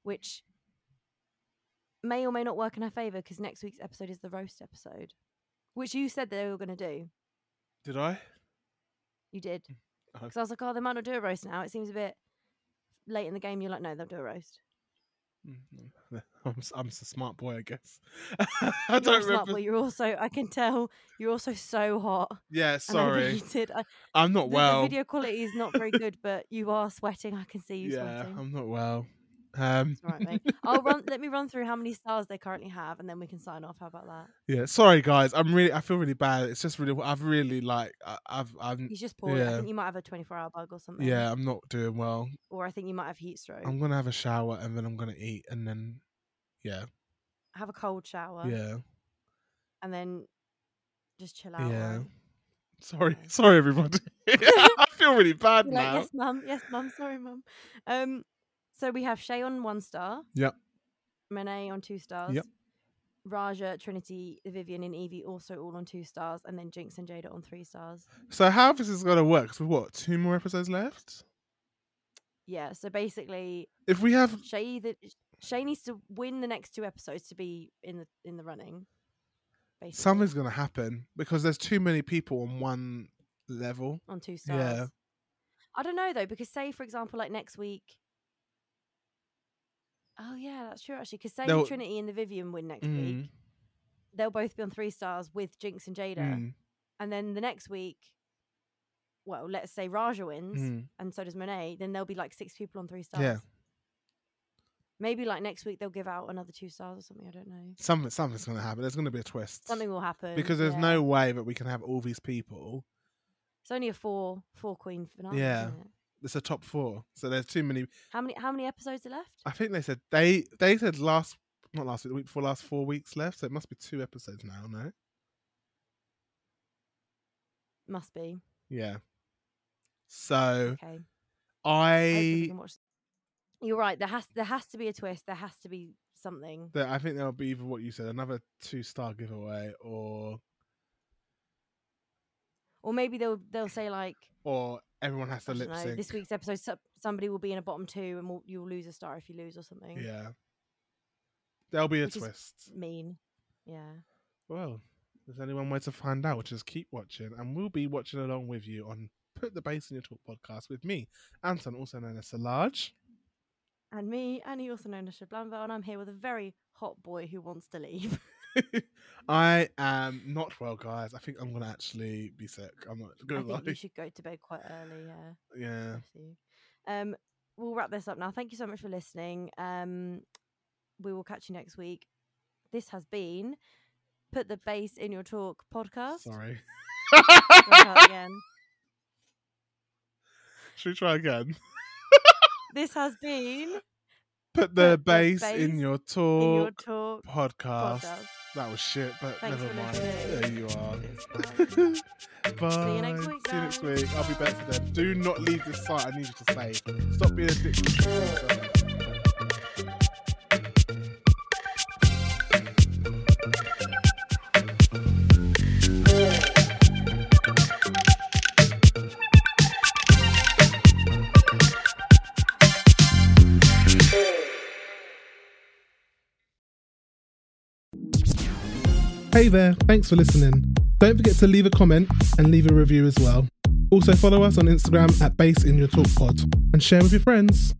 B: which may or may not work in her favor because next week's episode is the roast episode, which you said they were going to do.
A: Did I?
B: You did
A: I-
B: because I was like, oh, they might not do a roast now. It seems a bit late in the game. You're like, no, they'll do a roast.
A: Mm, mm. I'm s- I'm s- a smart boy, I guess. I
B: You're
A: don't
B: a smart
A: remember.
B: boy, you're also, I can tell, you're also so hot.
A: Yeah,
B: and I
A: sorry,
B: overheated. I-
A: I'm
B: the,
A: not
B: the
A: well.
B: video quality is not very good, but you are sweating. I can see you
A: Yeah,
B: sweating.
A: I'm not well. Um,
B: It's all right, mate. I'll run. Let me run through how many stars they currently have, and then we can sign off. How about that?
A: yeah, sorry guys. I'm really, I feel really bad. It's just really, I've really like, I, I've, I'm,
B: He's just poorly.
A: Mm,
B: I
A: Yeah.
B: think you might have a 24 hour bug or something.
A: yeah, I'm not doing well.
B: Or I think you might have heat stroke.
A: I'm gonna have a shower and then I'm gonna eat and then, yeah,
B: have a cold shower.
A: yeah,
B: And then just chill out.
A: yeah.
B: right?
A: Sorry,
B: Okay.
A: sorry everybody. I feel really bad
B: Be like,
A: now.
B: yes, mum. Yes, mum. Sorry, mum. Um, so we have Shay on one star.
A: Yep.
B: Monet on two stars. Raja, Trinity, Vivian, and Evie also all on two stars. And then Jinx and Jada on three stars.
A: So how this is gonna work? 'Cause we've what two more episodes left?
B: Yeah. So basically,
A: If we have
B: Shay either. Shay needs to win the next two episodes to be in the in the running. Basically,
A: something's going to happen because there's too many people on one level.
B: on two stars.
A: Yeah.
B: I don't know though, because say for example, like next week. Oh yeah, that's true actually. Because say
A: They'll-
B: Trinity and the Vivian win next week,
A: Mm,
B: they'll both be on three stars with Jinx and Jada,
A: mm,
B: and then the next week, well, let's say Raja wins,
A: mm.
B: and so does Monet, then there'll be like six people on three stars. Maybe like next week they'll give out another two stars or something. I don't know.
A: Something, something's going to happen. There's going to be a twist.
B: Something will happen
A: because there's
B: yeah.
A: no way that we can have all these people.
B: It's only a four four queen finale.
A: Yeah.
B: isn't it?
A: It's a top four, so there's too many.
B: How many how many episodes are left?
A: I think they said they they said last not last week, the week before last four weeks left, so it must be two episodes now. No,
B: Must be
A: yeah. So
B: okay. Hopefully we
A: I
B: can watch. You're right. There has there has to be a twist. There has to be something.
A: that I think there'll be either what you said, another two star giveaway, or
B: Or maybe they'll they'll say like
A: or everyone has to
B: I don't
A: lip
B: know,
A: sync.
B: this week's episode so- somebody will be in a bottom two and will you'll lose a star if you lose or something.
A: Yeah, there'll be a
B: Which is-
A: twist.
B: Mean. Yeah.
A: Well, there's only one way to find out, which is keep watching, and we'll be watching along with you on Put the Bass in Your Talk podcast with me, Anton, also known as Solage.
B: And me, Annie, also known as Shablanva, and I'm here with a very hot boy who wants to leave.
A: I am not well, guys. I think I'm gonna actually be sick. I'm not
B: I
A: gonna
B: think
A: lie.
B: you should go to bed quite early. Yeah.
A: Yeah.
B: bless you. Um, we'll wrap this up now. Thank you so much for listening. Um, we will catch you next week. This has been Put the Bass in Your Talk podcast.
A: Sorry.
C: Um,
B: Try that again.
A: should we try again?
B: This has been
A: Put the
B: the
A: bass
B: bass
A: in your talk
B: in Your Talk
A: podcast.
B: podcast.
A: That was shit, but
B: Thanks
A: never
B: for
A: mind.
B: listening.
A: There you are.
B: It's
A: Bye.
B: you next week,
A: See you next
B: guys.
A: week. I'll be back for them. Do not leave this site. I need you to say. Stop being a dick. to yourself. Hey there, thanks for listening. Don't forget to leave a comment and leave a review as well. Also, follow us on Instagram at Base in Your Talk Pod and share with your friends.